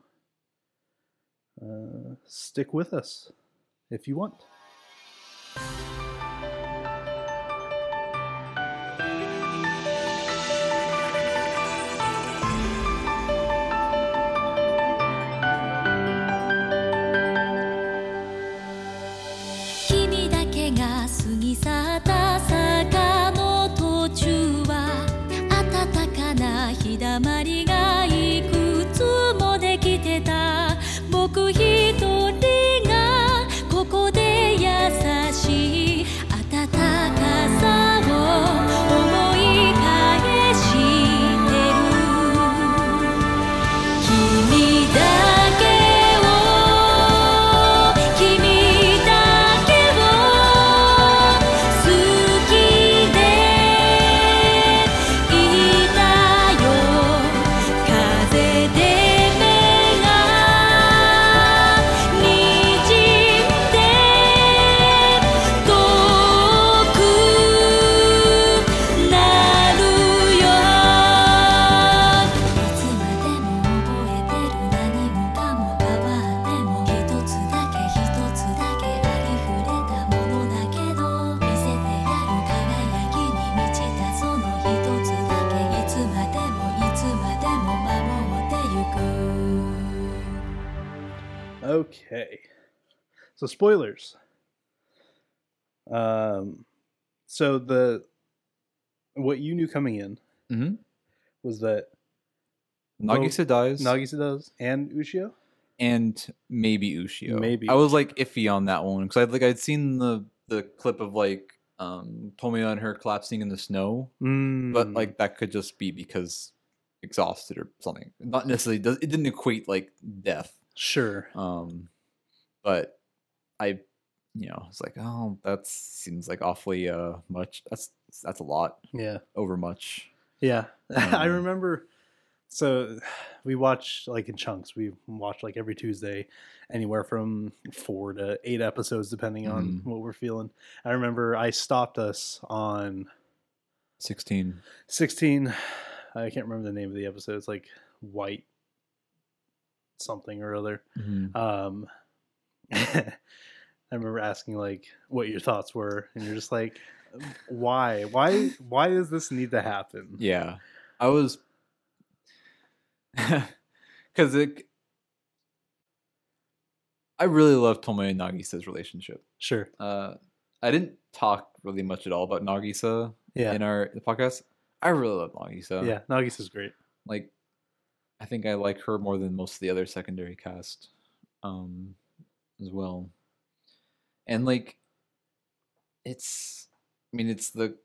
Speaker 1: uh, stick with us. if you want.
Speaker 3: 君だけが過ぎ去った坂の途中は暖かな日だまりがいくつもできてた僕一人がここで優しい暖かさを思い返してる「君だけを君だけを好きでいたよ」「風で目がにじんで遠くなるよ」いつまでも覚えてる何もかも変わっても一つだけ一つだけありふれたものだけど見せてやる輝きに満ちたその一つだけいつまでもいつまでも守ってゆく
Speaker 1: Okay. So spoilers. Um so the what you knew coming in
Speaker 2: Mm-hmm.
Speaker 1: was that
Speaker 2: Nagisa dies,
Speaker 1: Nagisa does and Ushio.
Speaker 2: and maybe Ushio.
Speaker 1: Maybe
Speaker 2: I was like iffy on that one because I like I'd seen the the clip of like um Tomio and her collapsing in the snow,
Speaker 1: Hmm, Mm.
Speaker 2: but like that could just be because exhausted or something. Not necessarily does it didn't equate like death.
Speaker 1: sure.
Speaker 2: Um, but I, you know, it's like, oh, that seems like awfully uh much. That's that's a lot
Speaker 1: Yeah.
Speaker 2: over much.
Speaker 1: Yeah. [LAUGHS] I
Speaker 2: Um,
Speaker 1: remember so we watch like in chunks. We watch like every Tuesday, anywhere from four to eight episodes, depending on
Speaker 2: Mhm.
Speaker 1: what we're feeling. I remember I stopped us on
Speaker 2: Sixteen.
Speaker 1: 16 i can't remember the name of the episode it's like white something or other
Speaker 2: Mhm.
Speaker 1: um [LAUGHS] i remember asking like what your thoughts were and you're just like why why why does this need to happen
Speaker 2: Yeah, I was [LAUGHS] because it. I really love Tomoe and Nagisa's relationship.
Speaker 1: sure
Speaker 2: Uh, I didn't talk really much at all about Nagisa
Speaker 1: yeah
Speaker 2: in our podcast. I really love Nagisa.
Speaker 1: yeah nagis is great
Speaker 2: like I think I like her more than most of the other secondary cast um as well. And like it's I mean it's the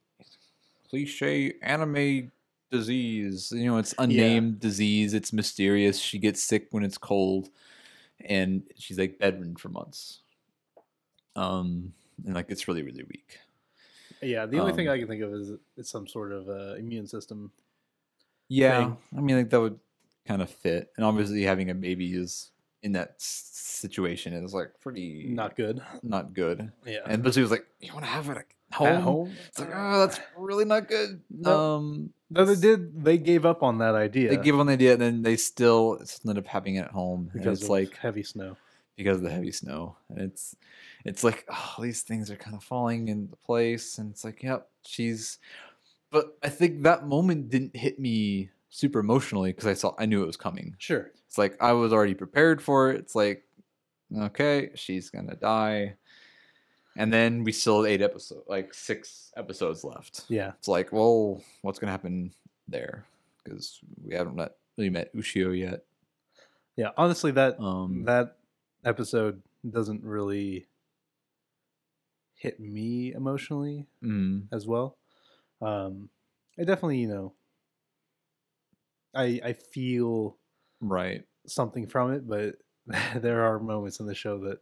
Speaker 2: cliche anime disease. You know, it's unnamed disease, it's mysterious. She gets sick when it's cold and she's like bedridden for months. Um and like it's really really weak.
Speaker 1: yeah the only thing
Speaker 2: Um,
Speaker 1: i can think of is it's some sort of uh, immune system
Speaker 2: Yeah, I mean, like that would kind of fit, and obviously having a baby is in that s- situation is like pretty
Speaker 1: not good
Speaker 2: [CLEARS THROAT]
Speaker 1: [LAUGHS]
Speaker 2: not good.
Speaker 1: yeah
Speaker 2: And but she was like, "You want to have it at home?"
Speaker 1: At home?
Speaker 2: It's like, "Oh, that's really not good."
Speaker 1: No.
Speaker 2: Um,
Speaker 1: no they did they gave up on that idea
Speaker 2: they give on the idea, and then they still s- ended up having it at home, and
Speaker 1: because
Speaker 2: it's
Speaker 1: of
Speaker 2: like
Speaker 1: heavy snow
Speaker 2: because of the heavy snow, and it's it's like oh, these things are kind of falling into place, and it's like, yep, she's. But I think that moment didn't hit me super emotionally because I saw I knew it was coming.
Speaker 1: sure
Speaker 2: It's like I was already prepared for it. It's like, okay, she's gonna die. And then we still have eight episodes, like six episodes left.
Speaker 1: yeah
Speaker 2: It's like, well, what's gonna happen there? Because we haven't met, really met Ushio yet.
Speaker 1: yeah honestly that
Speaker 2: Um,
Speaker 1: that episode doesn't really hit me emotionally
Speaker 2: mm,
Speaker 1: as well. Um, I definitely, you know, I I feel
Speaker 2: right.
Speaker 1: something from it, but [LAUGHS] there are moments in the show that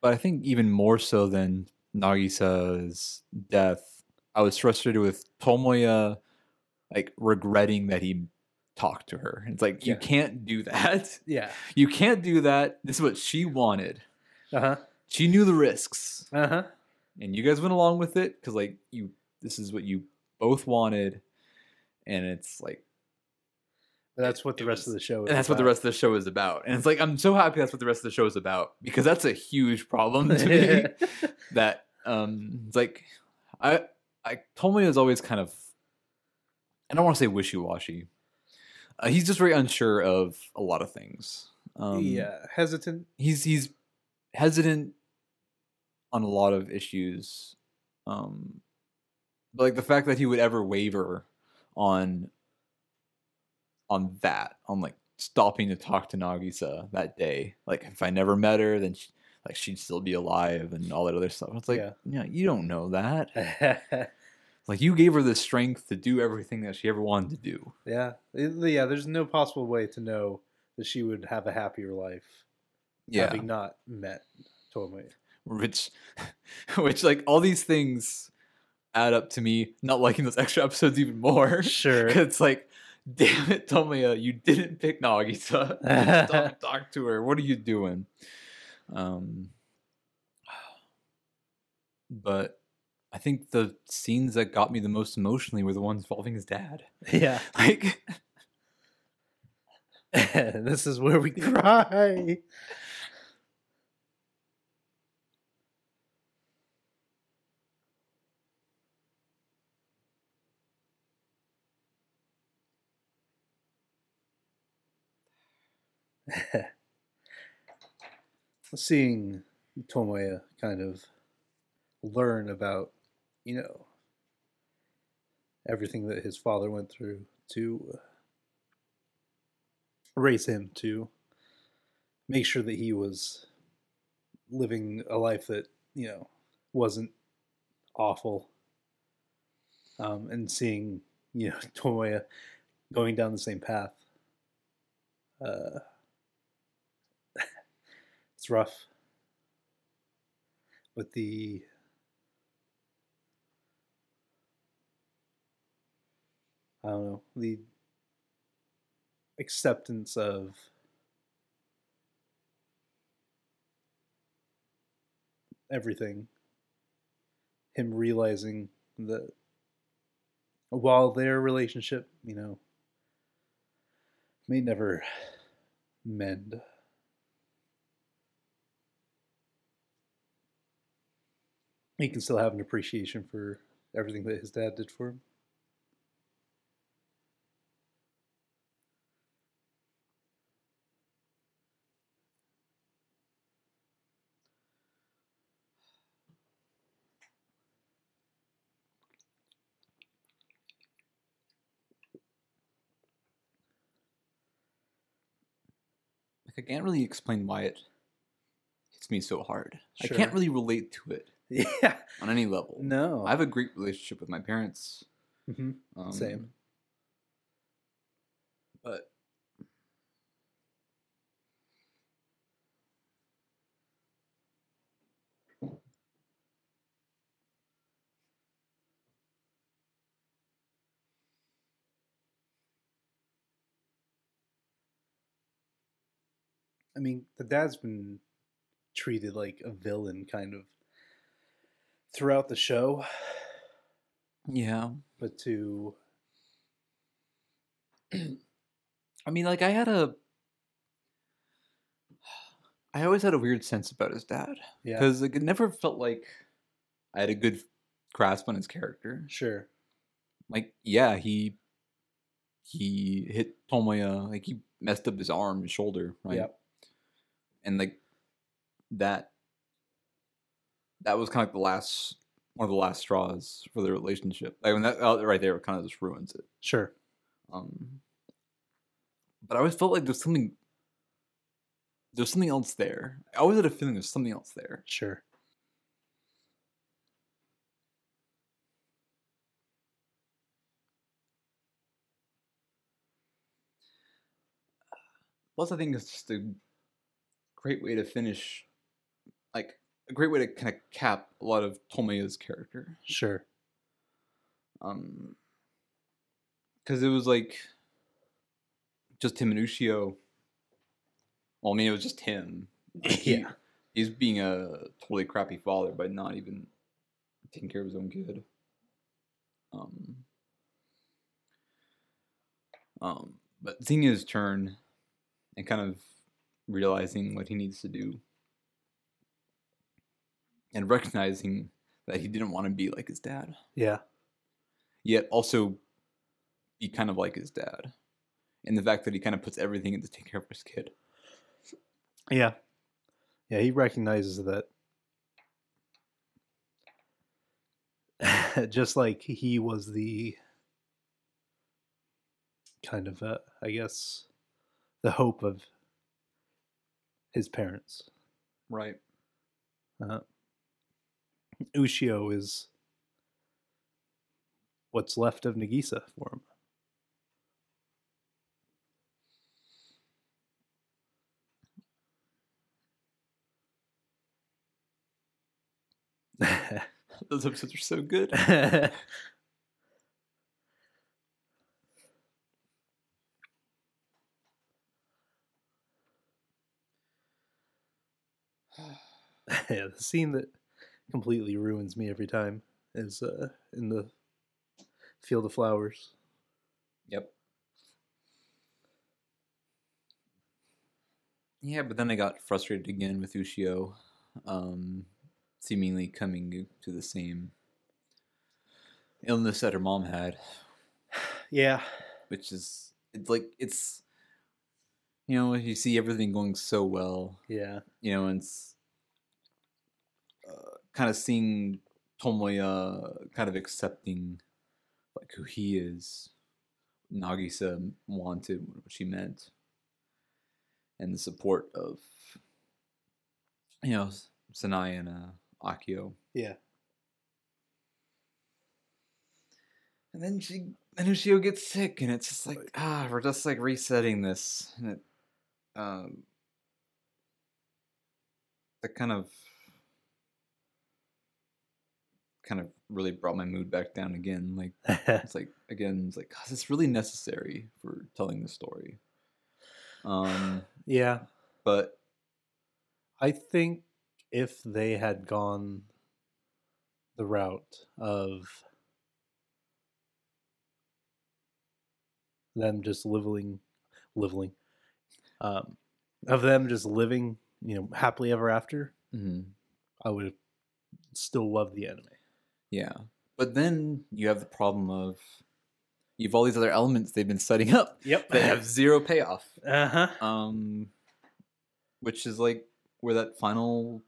Speaker 2: But I think even more so than Nagisa's death, I was frustrated with Tomoya, like regretting that he talked to her. It's like you
Speaker 1: Yeah.
Speaker 2: can't do that.
Speaker 1: yeah,
Speaker 2: You can't do that. This is what she wanted.
Speaker 1: uh huh,
Speaker 2: She knew the risks,
Speaker 1: uh huh,
Speaker 2: and you guys went along with it because, like, you this is what you both wanted, and it's like
Speaker 1: That's what the
Speaker 2: it
Speaker 1: rest of
Speaker 2: was-
Speaker 1: the show is.
Speaker 2: and that's what the
Speaker 1: about.
Speaker 2: rest of the show is about. And it's like I'm so happy that's what the rest of the show is about because that's a huge problem to
Speaker 1: [LAUGHS]
Speaker 2: [LAUGHS] me. that um, it's like I I Tomoyo is always kind of I don't want to say wishy washy. Uh, he's just very unsure of a lot of things. Um,
Speaker 1: yeah, uh,
Speaker 2: [LAUGHS]
Speaker 1: hesitant.
Speaker 2: he's he's hesitant on a lot of issues um but like the fact that he would ever waver on on that on like stopping to talk to nagisa that day like if i never met her then she, like she'd still be alive and all that other stuff it's like
Speaker 1: Yeah.
Speaker 2: yeah you don't know that like you gave her the strength to do everything that she ever wanted to do
Speaker 1: yeah, It- yeah. There's no possible way to know that she would have a happier life having not met Tomoe.
Speaker 2: which [LAUGHS] which like all these things add up to me not liking those [LAUGHS] extra episodes even more [LAUGHS]
Speaker 1: Sure.
Speaker 2: it's like damn it tomoya you didn't pick nagisa [LAUGHS]
Speaker 1: [LAUGHS]
Speaker 2: Don't talk to her what are you doing um but i think the scenes that got me the most emotionally were the ones involving his dad
Speaker 1: [LAUGHS]
Speaker 2: [LAUGHS]
Speaker 1: yeah, [LAUGHS]
Speaker 2: like
Speaker 1: this is where we cry. [LAUGHS] Seeing Tomoya kind of learn about, you know, everything that his father went through to raise him to make sure that he was living a life that you know wasn't awful um, and seeing you know [LAUGHS] Tomoya going down the same path uh, [LAUGHS] it's rough but the I don't know the acceptance of everything. Him realizing that while their relationship, you know, may never mend. He can still have an appreciation for everything that his dad did for him. [LAUGHS]
Speaker 2: like i can't really explain why it hits me so hard i
Speaker 1: Sure.
Speaker 2: can't really relate to it
Speaker 1: Yeah.
Speaker 2: on any level
Speaker 1: No.
Speaker 2: I have a great relationship with my parents.
Speaker 1: hmm
Speaker 2: Um,
Speaker 1: Same.
Speaker 2: But
Speaker 1: I mean, the dad's been treated like a villain kind of throughout the show,
Speaker 2: yeah,
Speaker 1: but to
Speaker 2: I mean, like I had a, [SIGHS] I always had a weird sense about his dad
Speaker 1: yeah,
Speaker 2: because like it never felt like I had a good grasp on his character.
Speaker 1: sure,
Speaker 2: Like, yeah, he he hit Tomoya, like he messed up his arm, his shoulder, right?
Speaker 1: Yep.
Speaker 2: and like that that was kind of like the last one of the last straws for the relationship like when that out right there kind of just ruins it
Speaker 1: sure,
Speaker 2: um but i always felt like there's something there's something else there i always had a feeling there's something else there
Speaker 1: sure.
Speaker 2: plus i think it's just a great way to finish like a great way to kind of cap a lot of tomoya's character
Speaker 1: Sure.
Speaker 2: um because it was like just him and Ushio. Well, I mean, it was just him. Like, he-
Speaker 1: Yeah.
Speaker 2: he's being a totally crappy father by not even taking care of his own kid. Um, um, But seeing his turn and kind of realizing what he needs to do and recognizing that he didn't want to be like his dad,
Speaker 1: Yeah.
Speaker 2: yet also be kind of like his dad. And the fact that he kind of puts everything into take care of his kid.
Speaker 1: Yeah. Yeah, he recognizes that [LAUGHS] just like he was the kind of uh, I guess the hope of his parents.
Speaker 2: Right.
Speaker 1: Uh, Ushio is what's left of Nagisa for him. [LAUGHS]
Speaker 2: [LAUGHS] Those episodes are so good.
Speaker 1: [LAUGHS] yeah, the scene that completely ruins me every time is uh, in the field of flowers.
Speaker 2: Yep. Yeah, but then I got frustrated again with Ushio, um, seemingly coming to the same illness that her mom had,
Speaker 1: Yeah,
Speaker 2: which is it's like it's you know you see everything going so well,
Speaker 1: yeah, [LAUGHS]
Speaker 2: you know, and it's, uh, kind of seeing Tomoya kind of accepting like who he is, Nagisa wanted what she meant, and the support of you know S- Sanai and uh, Akio,
Speaker 1: yeah,
Speaker 2: and then she then Ushio gets sick, and it's just like ah, we're just like resetting this, and it um that kind of kind of really brought my mood back down again, like. it's like again it's like "God, this is really necessary for telling the story um
Speaker 1: yeah.
Speaker 2: but
Speaker 1: I think if they had gone the route of them just living, living, um, of them just living, you know, happily ever after,
Speaker 2: mhm,
Speaker 1: I would have still loved the anime.
Speaker 2: yeah but then you have the problem of you have all these other elements they've been setting [LAUGHS] up
Speaker 1: Yep. [LAUGHS]
Speaker 2: that have zero payoff
Speaker 1: Uh huh.
Speaker 2: um which is like where that final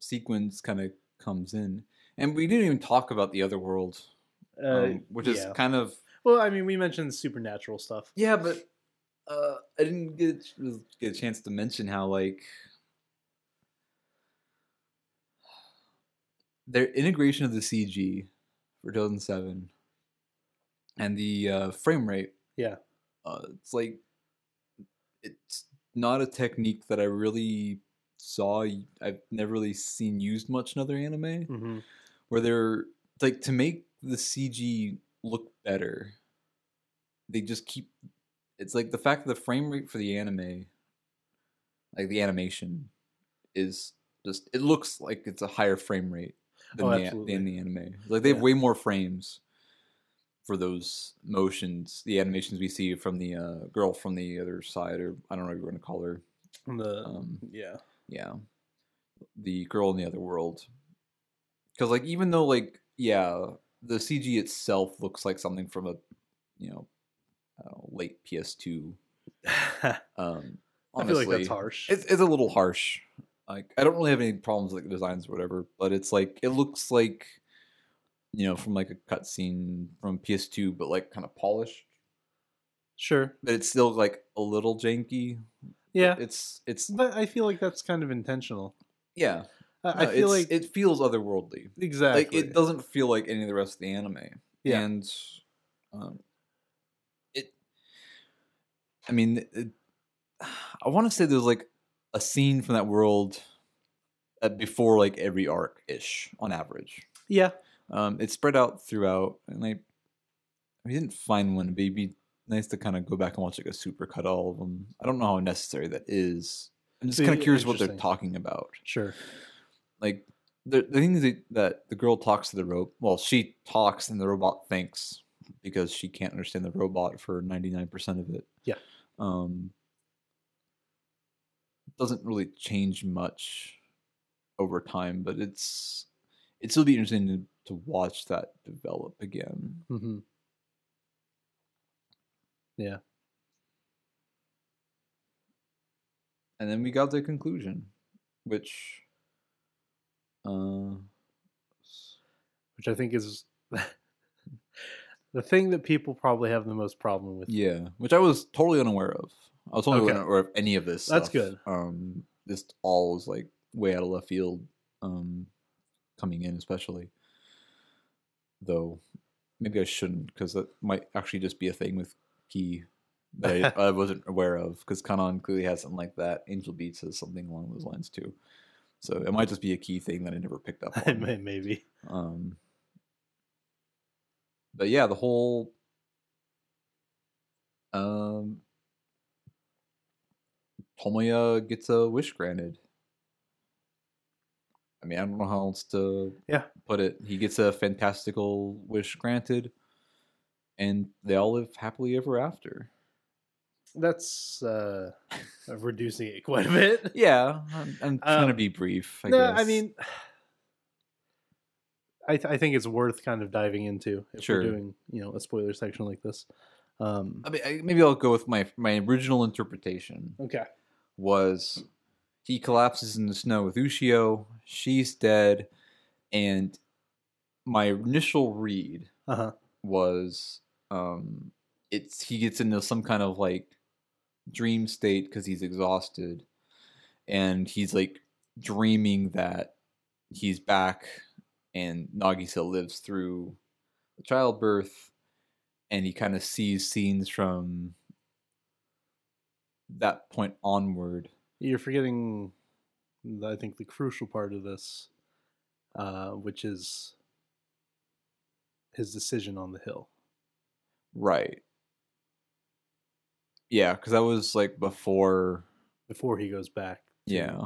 Speaker 2: sequence kind of comes in and we didn't even talk about the other world um, which is
Speaker 1: Uh, yeah.
Speaker 2: kind of
Speaker 1: well, I mean, we mentioned supernatural stuff.
Speaker 2: Yeah, but uh, I didn't get a ch- really get a chance to mention how like their integration of the CG for Dozen Seven and the uh, frame rate.
Speaker 1: Yeah.
Speaker 2: uh, it's like it's not a technique that I really saw. y- I've never really seen used much in other anime
Speaker 1: Mm-hmm.
Speaker 2: where they're like to make the CG look better. They just keep it's like the fact that the frame rate for the anime like the animation is just it looks like it's a higher frame rate than,
Speaker 1: Oh,
Speaker 2: the, a-
Speaker 1: absolutely.
Speaker 2: than the anime. Like they have
Speaker 1: Yeah.
Speaker 2: way more frames for those motions, the animations we see from the uh, girl from the other side or I don't know what you're going to call her.
Speaker 1: The
Speaker 2: Um,
Speaker 1: yeah, [SIGHS]
Speaker 2: yeah the girl in the other world because like even though like yeah the cg itself looks like something from a you know, I don't know, late ps2 um
Speaker 1: I
Speaker 2: honestly
Speaker 1: feel like that's harsh.
Speaker 2: It's, it's a little harsh like i don't really have any problems with like, the designs or whatever but it's like it looks like you know from like a cutscene from ps2 but like kind of polished
Speaker 1: sure.
Speaker 2: but it's still like a little janky but
Speaker 1: Yeah,
Speaker 2: it's it's
Speaker 1: but I feel like that's kind of intentional.
Speaker 2: yeah
Speaker 1: I I
Speaker 2: no,
Speaker 1: feel
Speaker 2: it's-
Speaker 1: like
Speaker 2: it feels otherworldly
Speaker 1: exactly.
Speaker 2: Like it doesn't feel like any of the rest of the anime.
Speaker 1: Yeah.
Speaker 2: And um, it I mean it, [SIGHS] I want to say there's like a scene from that world uh, before like every arc ish on average.
Speaker 1: yeah,
Speaker 2: Um, it's spread out throughout and like we didn't find one, but it'd be nice to kind of go back and watch like a super cut of all of them. I don't know how necessary that is. I'm just
Speaker 1: Be
Speaker 2: kind of curious what they're
Speaker 1: interesting.
Speaker 2: talking about
Speaker 1: sure.
Speaker 2: like the the thing is that- that the girl talks to the rope. Well, she talks and the robot thinks, because she can't understand the robot for 99% of it.
Speaker 1: Yeah.
Speaker 2: Um, doesn't really change much over time, but it's it'd still be interesting to, to watch that develop again.
Speaker 1: Mm-hmm. Yeah.
Speaker 2: And then we got the conclusion, which uh
Speaker 1: Which I think is [LAUGHS] the thing that people probably have the most problem with. [LAUGHS]
Speaker 2: Yeah, which I was totally unaware of. I was totally
Speaker 1: Okay.
Speaker 2: unaware of any of this.
Speaker 1: That's
Speaker 2: stuff.
Speaker 1: good.
Speaker 2: Um, this all was like way out of left field. Um, coming in especially, though, maybe I shouldn't because that might actually just be a thing with Key
Speaker 1: [LAUGHS]
Speaker 2: that I, I wasn't aware of. Because Kanon clearly has something like that. Angel Beats has something along those lines too. So it might just be a key thing that I never picked
Speaker 1: [LAUGHS]
Speaker 2: up on.
Speaker 1: May- Maybe.
Speaker 2: Um, but yeah, the whole um, Tomoya gets a wish granted. I mean, I don't know how else to
Speaker 1: Yeah.
Speaker 2: put it. He gets a fantastical wish granted, and they all live happily ever after.
Speaker 1: That's uh, reducing it quite a bit.
Speaker 2: Yeah, I'm, I'm trying to
Speaker 1: Um,
Speaker 2: be brief. [LAUGHS] I
Speaker 1: no,
Speaker 2: guess.
Speaker 1: I mean, [SIGHS] I, th- I think it's worth kind of diving into if
Speaker 2: Sure.
Speaker 1: we're doing you know a spoiler section like this. Um,
Speaker 2: I mean, I- maybe I'll go with my my original interpretation.
Speaker 1: okay.
Speaker 2: was he collapses in the snow with Ushio, she's dead, and my initial read
Speaker 1: Uh huh.
Speaker 2: was um it's he gets into some kind of like dream state because he's exhausted and he's like dreaming that he's back and Nagisa lives through the childbirth and he kind of sees scenes from that point onward
Speaker 1: You're forgetting, the- I think, the crucial part of this, uh, which is his decision on the hill.
Speaker 2: Right. Yeah, because that was like before.
Speaker 1: before he goes back. to-
Speaker 2: Yeah.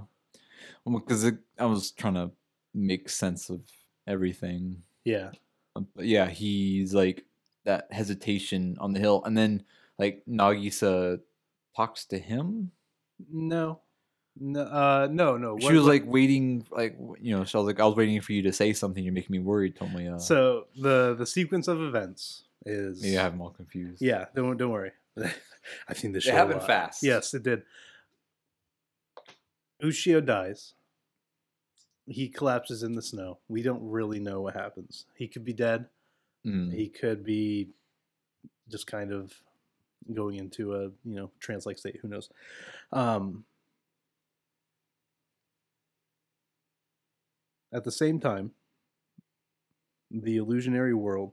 Speaker 2: Because I was trying to make sense of everything.
Speaker 1: Yeah.
Speaker 2: Um, But yeah, he's like that hesitation on the hill. And then like Nagisa talks to him.
Speaker 1: No. No. Uh, no. No.
Speaker 2: She
Speaker 1: what-
Speaker 2: was
Speaker 1: what-
Speaker 2: like waiting, like, w- you know, so I was like, I was waiting for you to say something. You're making me worried,
Speaker 1: [LAUGHS]
Speaker 2: Tomoya.
Speaker 1: So the the sequence of events is.
Speaker 2: Maybe I have them all confused.
Speaker 1: Yeah. Don't don't worry. [LAUGHS] I've seen this.
Speaker 2: It
Speaker 1: show a
Speaker 2: happened
Speaker 1: lot.
Speaker 2: fast.
Speaker 1: Yes, it did. Ushio dies. He collapses in the snow. We don't really know what happens. He could be dead.
Speaker 2: Mm,
Speaker 1: He could be just kind of going into a you know trance like state. Who knows? Um, at the same time, the illusionary world,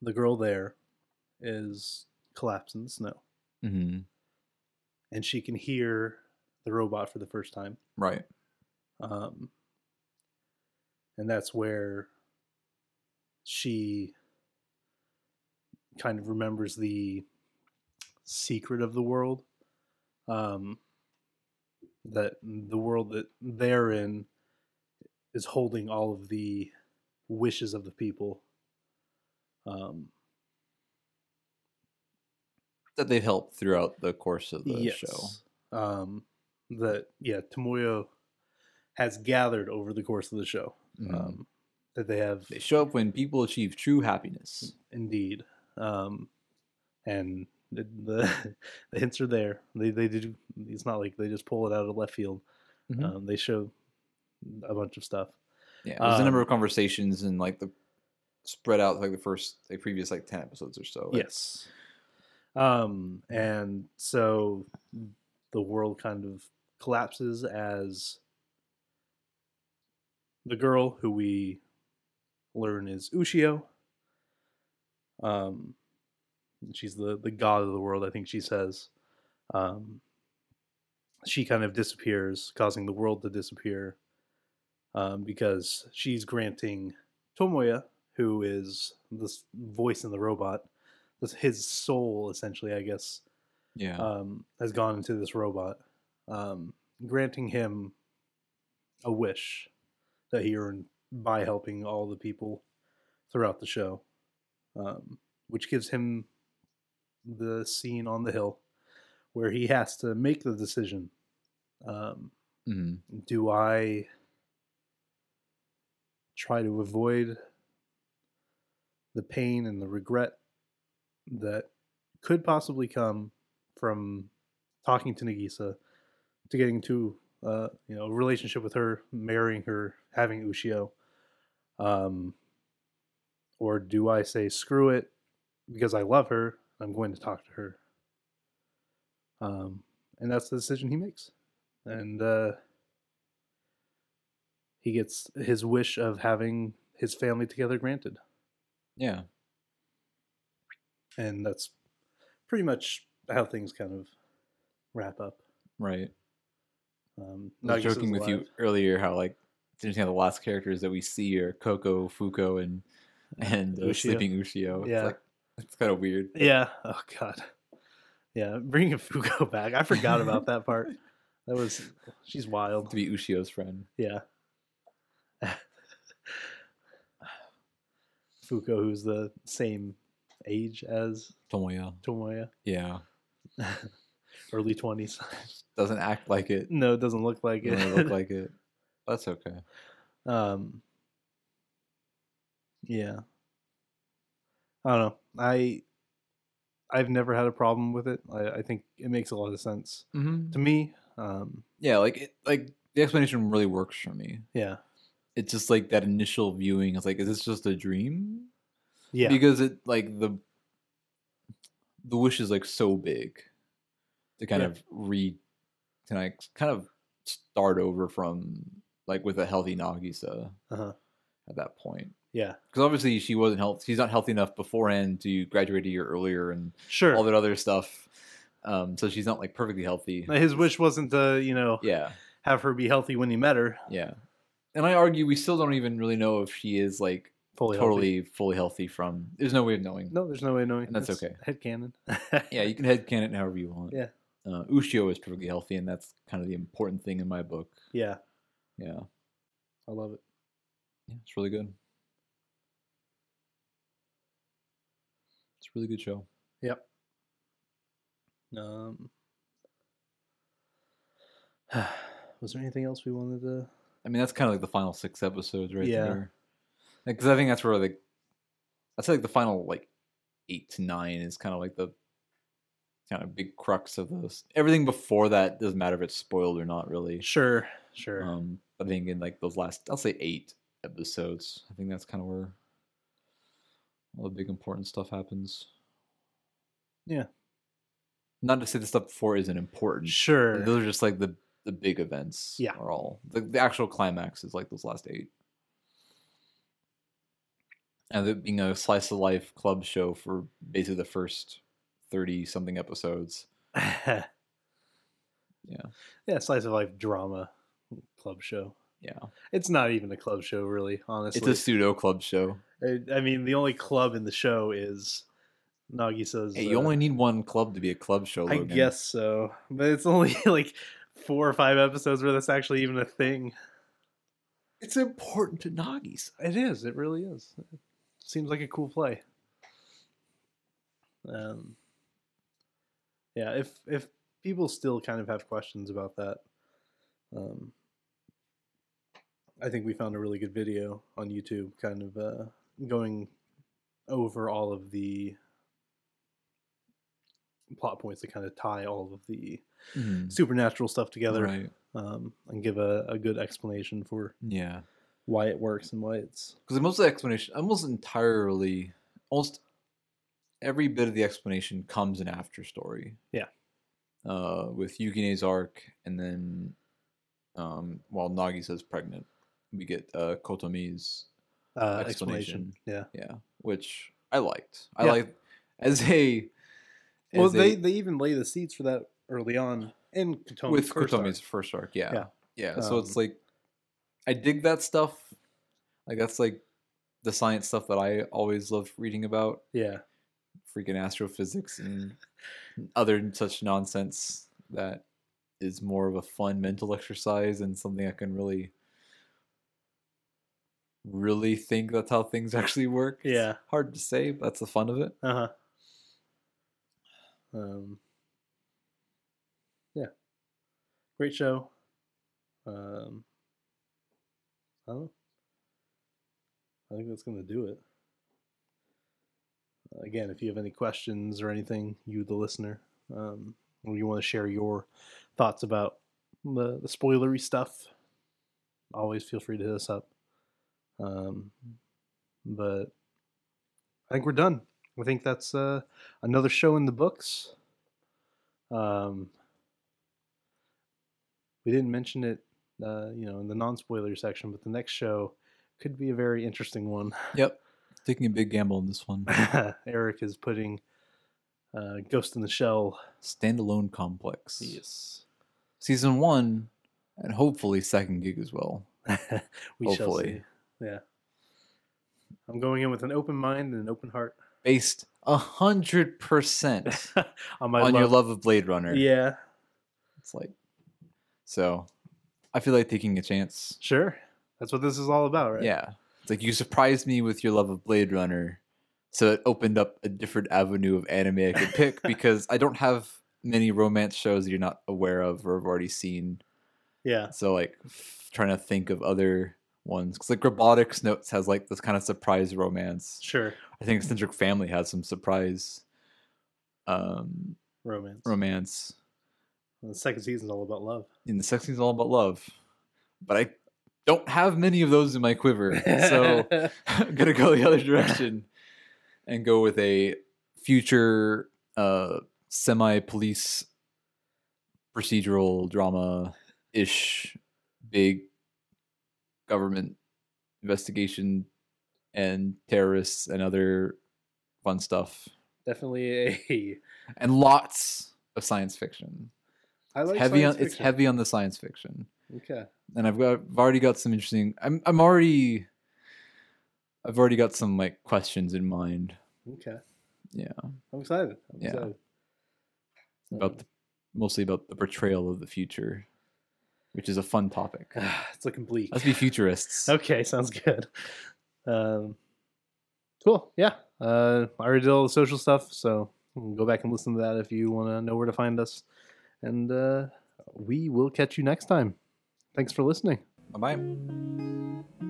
Speaker 1: the girl there, is collapsing in the snow,
Speaker 2: mhm,
Speaker 1: and she can hear the robot for the first time.
Speaker 2: Right.
Speaker 1: Um, and that's where she kind of remembers the secret of the world. Um, that the world that they're in is holding all of the wishes of the people. Um,
Speaker 2: That they helped throughout the course of the show.
Speaker 1: Um, that, yeah, Tomoyo has gathered over the course of the show.
Speaker 2: Um,
Speaker 1: Um, that they have
Speaker 2: They show up when people achieve true happiness.
Speaker 1: Indeed. Um, and the, the, [LAUGHS] the hints are there. They, they do. It's not like they just pull it out of left field.
Speaker 2: Mhm.
Speaker 1: Um, they show a bunch of stuff.
Speaker 2: Yeah, there's a number
Speaker 1: Um,
Speaker 2: of conversations and like the spread out like the first like previous like ten episodes or so. like,
Speaker 1: Yes. Um, and so the world kind of collapses as the girl who we learn is Ushio. Um, she's the, the god of the world, I think she says. Um, she kind of disappears, causing the world to disappear um, because she's granting Tomoya, who is this voice in the robot, this, his soul essentially, I guess,
Speaker 2: Yeah.
Speaker 1: um, has gone into this robot, um, granting him a wish that he earned by helping all the people throughout the show, um, which gives him the scene on the hill where he has to make the decision. Um,
Speaker 2: hmm
Speaker 1: do I try to avoid the pain and the regret that could possibly come from talking to Nagisa to getting to uh, you know a relationship with her, marrying her, having Ushio, um, or do I say screw it because I love her? I'm going to talk to her, um, and that's the decision he makes, and. Uh, he gets his wish of having his family together granted.
Speaker 2: Yeah.
Speaker 1: And that's pretty much how things kind of wrap up.
Speaker 2: Right.
Speaker 1: Um,
Speaker 2: I was
Speaker 1: Nagisa's
Speaker 2: joking with you
Speaker 1: alive.
Speaker 2: earlier how like it's interesting how the last characters that we see are Coco,
Speaker 1: [LAUGHS]
Speaker 2: Fuko, and and uh,
Speaker 1: Ushio.
Speaker 2: sleeping Ushio.
Speaker 1: Yeah.
Speaker 2: It's like it's kind of weird.
Speaker 1: Yeah. Oh, God. Yeah. Bringing Fuko [LAUGHS] back. I forgot about that part. That was, she's wild.
Speaker 2: To be Ushio's friend.
Speaker 1: Yeah. [LAUGHS] Fuko, who's the same age as
Speaker 2: Tomoya.
Speaker 1: Tomoya, [LAUGHS]
Speaker 2: Yeah.
Speaker 1: early 20s.
Speaker 2: Doesn't act like
Speaker 1: [LAUGHS]
Speaker 2: it.
Speaker 1: no, it doesn't look [LAUGHS] like it.
Speaker 2: Doesn't look like it. That's okay.
Speaker 1: Um, yeah. I don't know. I I've never had a problem with it. I, I think it makes a lot of sense
Speaker 2: Mm-hmm.
Speaker 1: to me. Um,
Speaker 2: Yeah, like it, like the explanation really works for me.
Speaker 1: yeah,
Speaker 2: It's just like that initial viewing. It's like, is this just a dream?
Speaker 1: yeah,
Speaker 2: because it like the the wish is like so big to kind
Speaker 1: Yeah.
Speaker 2: of re to like kind of start over from like with a healthy Nagisa
Speaker 1: uh-huh.
Speaker 2: at that point
Speaker 1: yeah.
Speaker 2: because obviously she wasn't health she's not healthy enough beforehand to graduate a year earlier and
Speaker 1: Sure.
Speaker 2: all that other stuff um so she's not like perfectly healthy
Speaker 1: Now, His wish wasn't to you know
Speaker 2: yeah
Speaker 1: have her be healthy when he met her.
Speaker 2: yeah and I argue we still don't even really know if she is like
Speaker 1: Fully healthy.
Speaker 2: totally fully healthy from there's no way of knowing
Speaker 1: No, there's no way of knowing.
Speaker 2: And that's okay.
Speaker 1: Head cannon. [LAUGHS]
Speaker 2: Yeah, you can headcan it however you want.
Speaker 1: Yeah.
Speaker 2: Uh, Ushio is perfectly healthy, and that's kind of the important thing in my book.
Speaker 1: yeah.
Speaker 2: Yeah.
Speaker 1: I love it.
Speaker 2: Yeah, it's really good. It's a really good show.
Speaker 1: Yep. Um. [SIGHS] Was there anything else we wanted to?
Speaker 2: I mean, that's kind of like the final six episodes right
Speaker 1: Yeah.
Speaker 2: there. Because I think that's where, like, I'd say, like, the final, like, eight to nine is kind of like the kind of big crux of this. Everything before that doesn't matter if it's spoiled or not, really.
Speaker 1: Sure. Sure.
Speaker 2: Um, I think in like those last, I'll say eight episodes. I think that's kind of where all the big important stuff happens.
Speaker 1: Yeah.
Speaker 2: Not to say the stuff before isn't important. but
Speaker 1: Sure.
Speaker 2: Those are just like the the big events.
Speaker 1: Yeah.
Speaker 2: Are all the, the actual climax is like those last eight. And it being a slice of life club show for basically the first thirty something episodes.
Speaker 1: yeah.
Speaker 2: Yeah.
Speaker 1: Yeah, slice of life drama club show.
Speaker 2: Yeah.
Speaker 1: It's not even a club show, really, honestly.
Speaker 2: It's a pseudo club show.
Speaker 1: I- I mean, the only club in the show is Nagisa's.
Speaker 2: Hey, you
Speaker 1: uh,
Speaker 2: only need one club to be a club show.
Speaker 1: I
Speaker 2: Logan.
Speaker 1: guess so. But it's only [LAUGHS] like four or five episodes where that's actually even a thing.
Speaker 2: It's important to Nagisa.
Speaker 1: It is. It really is. It seems like a cool play. Um, yeah, if if people still kind of have questions about that, um, I think we found a really good video on YouTube, kind of uh, going over all of the plot points that kind of tie all of the Mm-hmm. supernatural stuff together
Speaker 2: Hmm. Right.
Speaker 1: um, and give a, a good explanation for
Speaker 2: Yeah.
Speaker 1: why it works and why it's
Speaker 2: Because most of the explanation, almost entirely, almost every bit of the explanation comes in after story.
Speaker 1: Yeah.
Speaker 2: Uh, with Yukine's arc, and then um, while Nagisa's pregnant, we get uh, Kotomi's
Speaker 1: uh, explanation.
Speaker 2: explanation.
Speaker 1: Yeah.
Speaker 2: yeah, which I liked. I
Speaker 1: Yeah.
Speaker 2: like as a
Speaker 1: Well,
Speaker 2: as a-
Speaker 1: they, they even lay the seeds for that early on in Kotomi.
Speaker 2: with
Speaker 1: first
Speaker 2: Kotomi's
Speaker 1: arc.
Speaker 2: first arc, yeah, yeah.
Speaker 1: Yeah.
Speaker 2: so it's
Speaker 1: Um,
Speaker 2: like I dig that stuff. Like that's like the science stuff that I always love reading about,
Speaker 1: Yeah,
Speaker 2: freaking astrophysics and other such nonsense that is more of a fun mental exercise and something I can really really think that's how things [LAUGHS] actually work. It's
Speaker 1: Yeah.
Speaker 2: hard to say. But that's the fun of it.
Speaker 1: Uh huh. Um. Yeah. Great show. Um. I don't. Know. I think that's gonna do it. Again, if you have any questions or anything, you the listener, um, or you want to share your thoughts about the, the spoilery stuff, always feel free to hit us up. Um, but I think we're done. I think that's uh, another show in the books. Um, we didn't mention it, uh, you know, in the non-spoiler section, but the next show could be a very interesting one. [LAUGHS]
Speaker 2: Yep. Taking a big gamble on this one.
Speaker 1: Eric is putting uh, Ghost in the Shell.
Speaker 2: Standalone complex.
Speaker 1: Yes,
Speaker 2: Season one, and hopefully second gig as well.
Speaker 1: [LAUGHS] we shall see.
Speaker 2: Hopefully.
Speaker 1: Yeah, I'm going in with an open mind and an open heart
Speaker 2: Based a
Speaker 1: [LAUGHS]
Speaker 2: hundred percent
Speaker 1: on my
Speaker 2: on your love of Blade Runner.
Speaker 1: Yeah,
Speaker 2: It's like so I feel like taking a chance.
Speaker 1: sure. That's what this is all about, right?
Speaker 2: Yeah. It's like you surprised me with your love of Blade Runner. So it opened up a different avenue of anime I could
Speaker 1: [LAUGHS]
Speaker 2: pick because I don't have many romance shows that you're not aware of or have already seen.
Speaker 1: yeah.
Speaker 2: So like f- trying to think of other ones because like Robotics Notes has like this kind of surprise romance.
Speaker 1: Sure.
Speaker 2: I think Eccentric Family has some surprise um,
Speaker 1: Romance.
Speaker 2: romance.
Speaker 1: The second season's all about love.
Speaker 2: And the sex scene's all about love, but I don't have many of those in my quiver.
Speaker 1: [LAUGHS]
Speaker 2: So [LAUGHS] I'm gonna go the other direction and go with a future uh semi police procedural drama ish big government investigation and terrorists and other fun stuff
Speaker 1: definitely a.
Speaker 2: and lots of science fiction
Speaker 1: I like
Speaker 2: heavy on
Speaker 1: science
Speaker 2: it's
Speaker 1: fiction.
Speaker 2: heavy on the science fiction
Speaker 1: Okay.
Speaker 2: and I've got I've already got some interesting I'm I'm already I've already got some like questions in mind
Speaker 1: Okay.
Speaker 2: Yeah.
Speaker 1: I'm excited. I'm
Speaker 2: Yeah.
Speaker 1: excited.
Speaker 2: about the, mostly about the portrayal of the future, which is a fun
Speaker 1: [SIGHS]
Speaker 2: topic.
Speaker 1: Um, it's looking bleak.
Speaker 2: Let's be futurists.
Speaker 1: Okay, [LAUGHS] sounds good. Um, cool. Yeah. Uh, I already did all the social stuff, so you can go back and listen to that if you want to know where to find us. And uh, we will catch you next time. Thanks for listening.
Speaker 2: Bye bye.
Speaker 3: 「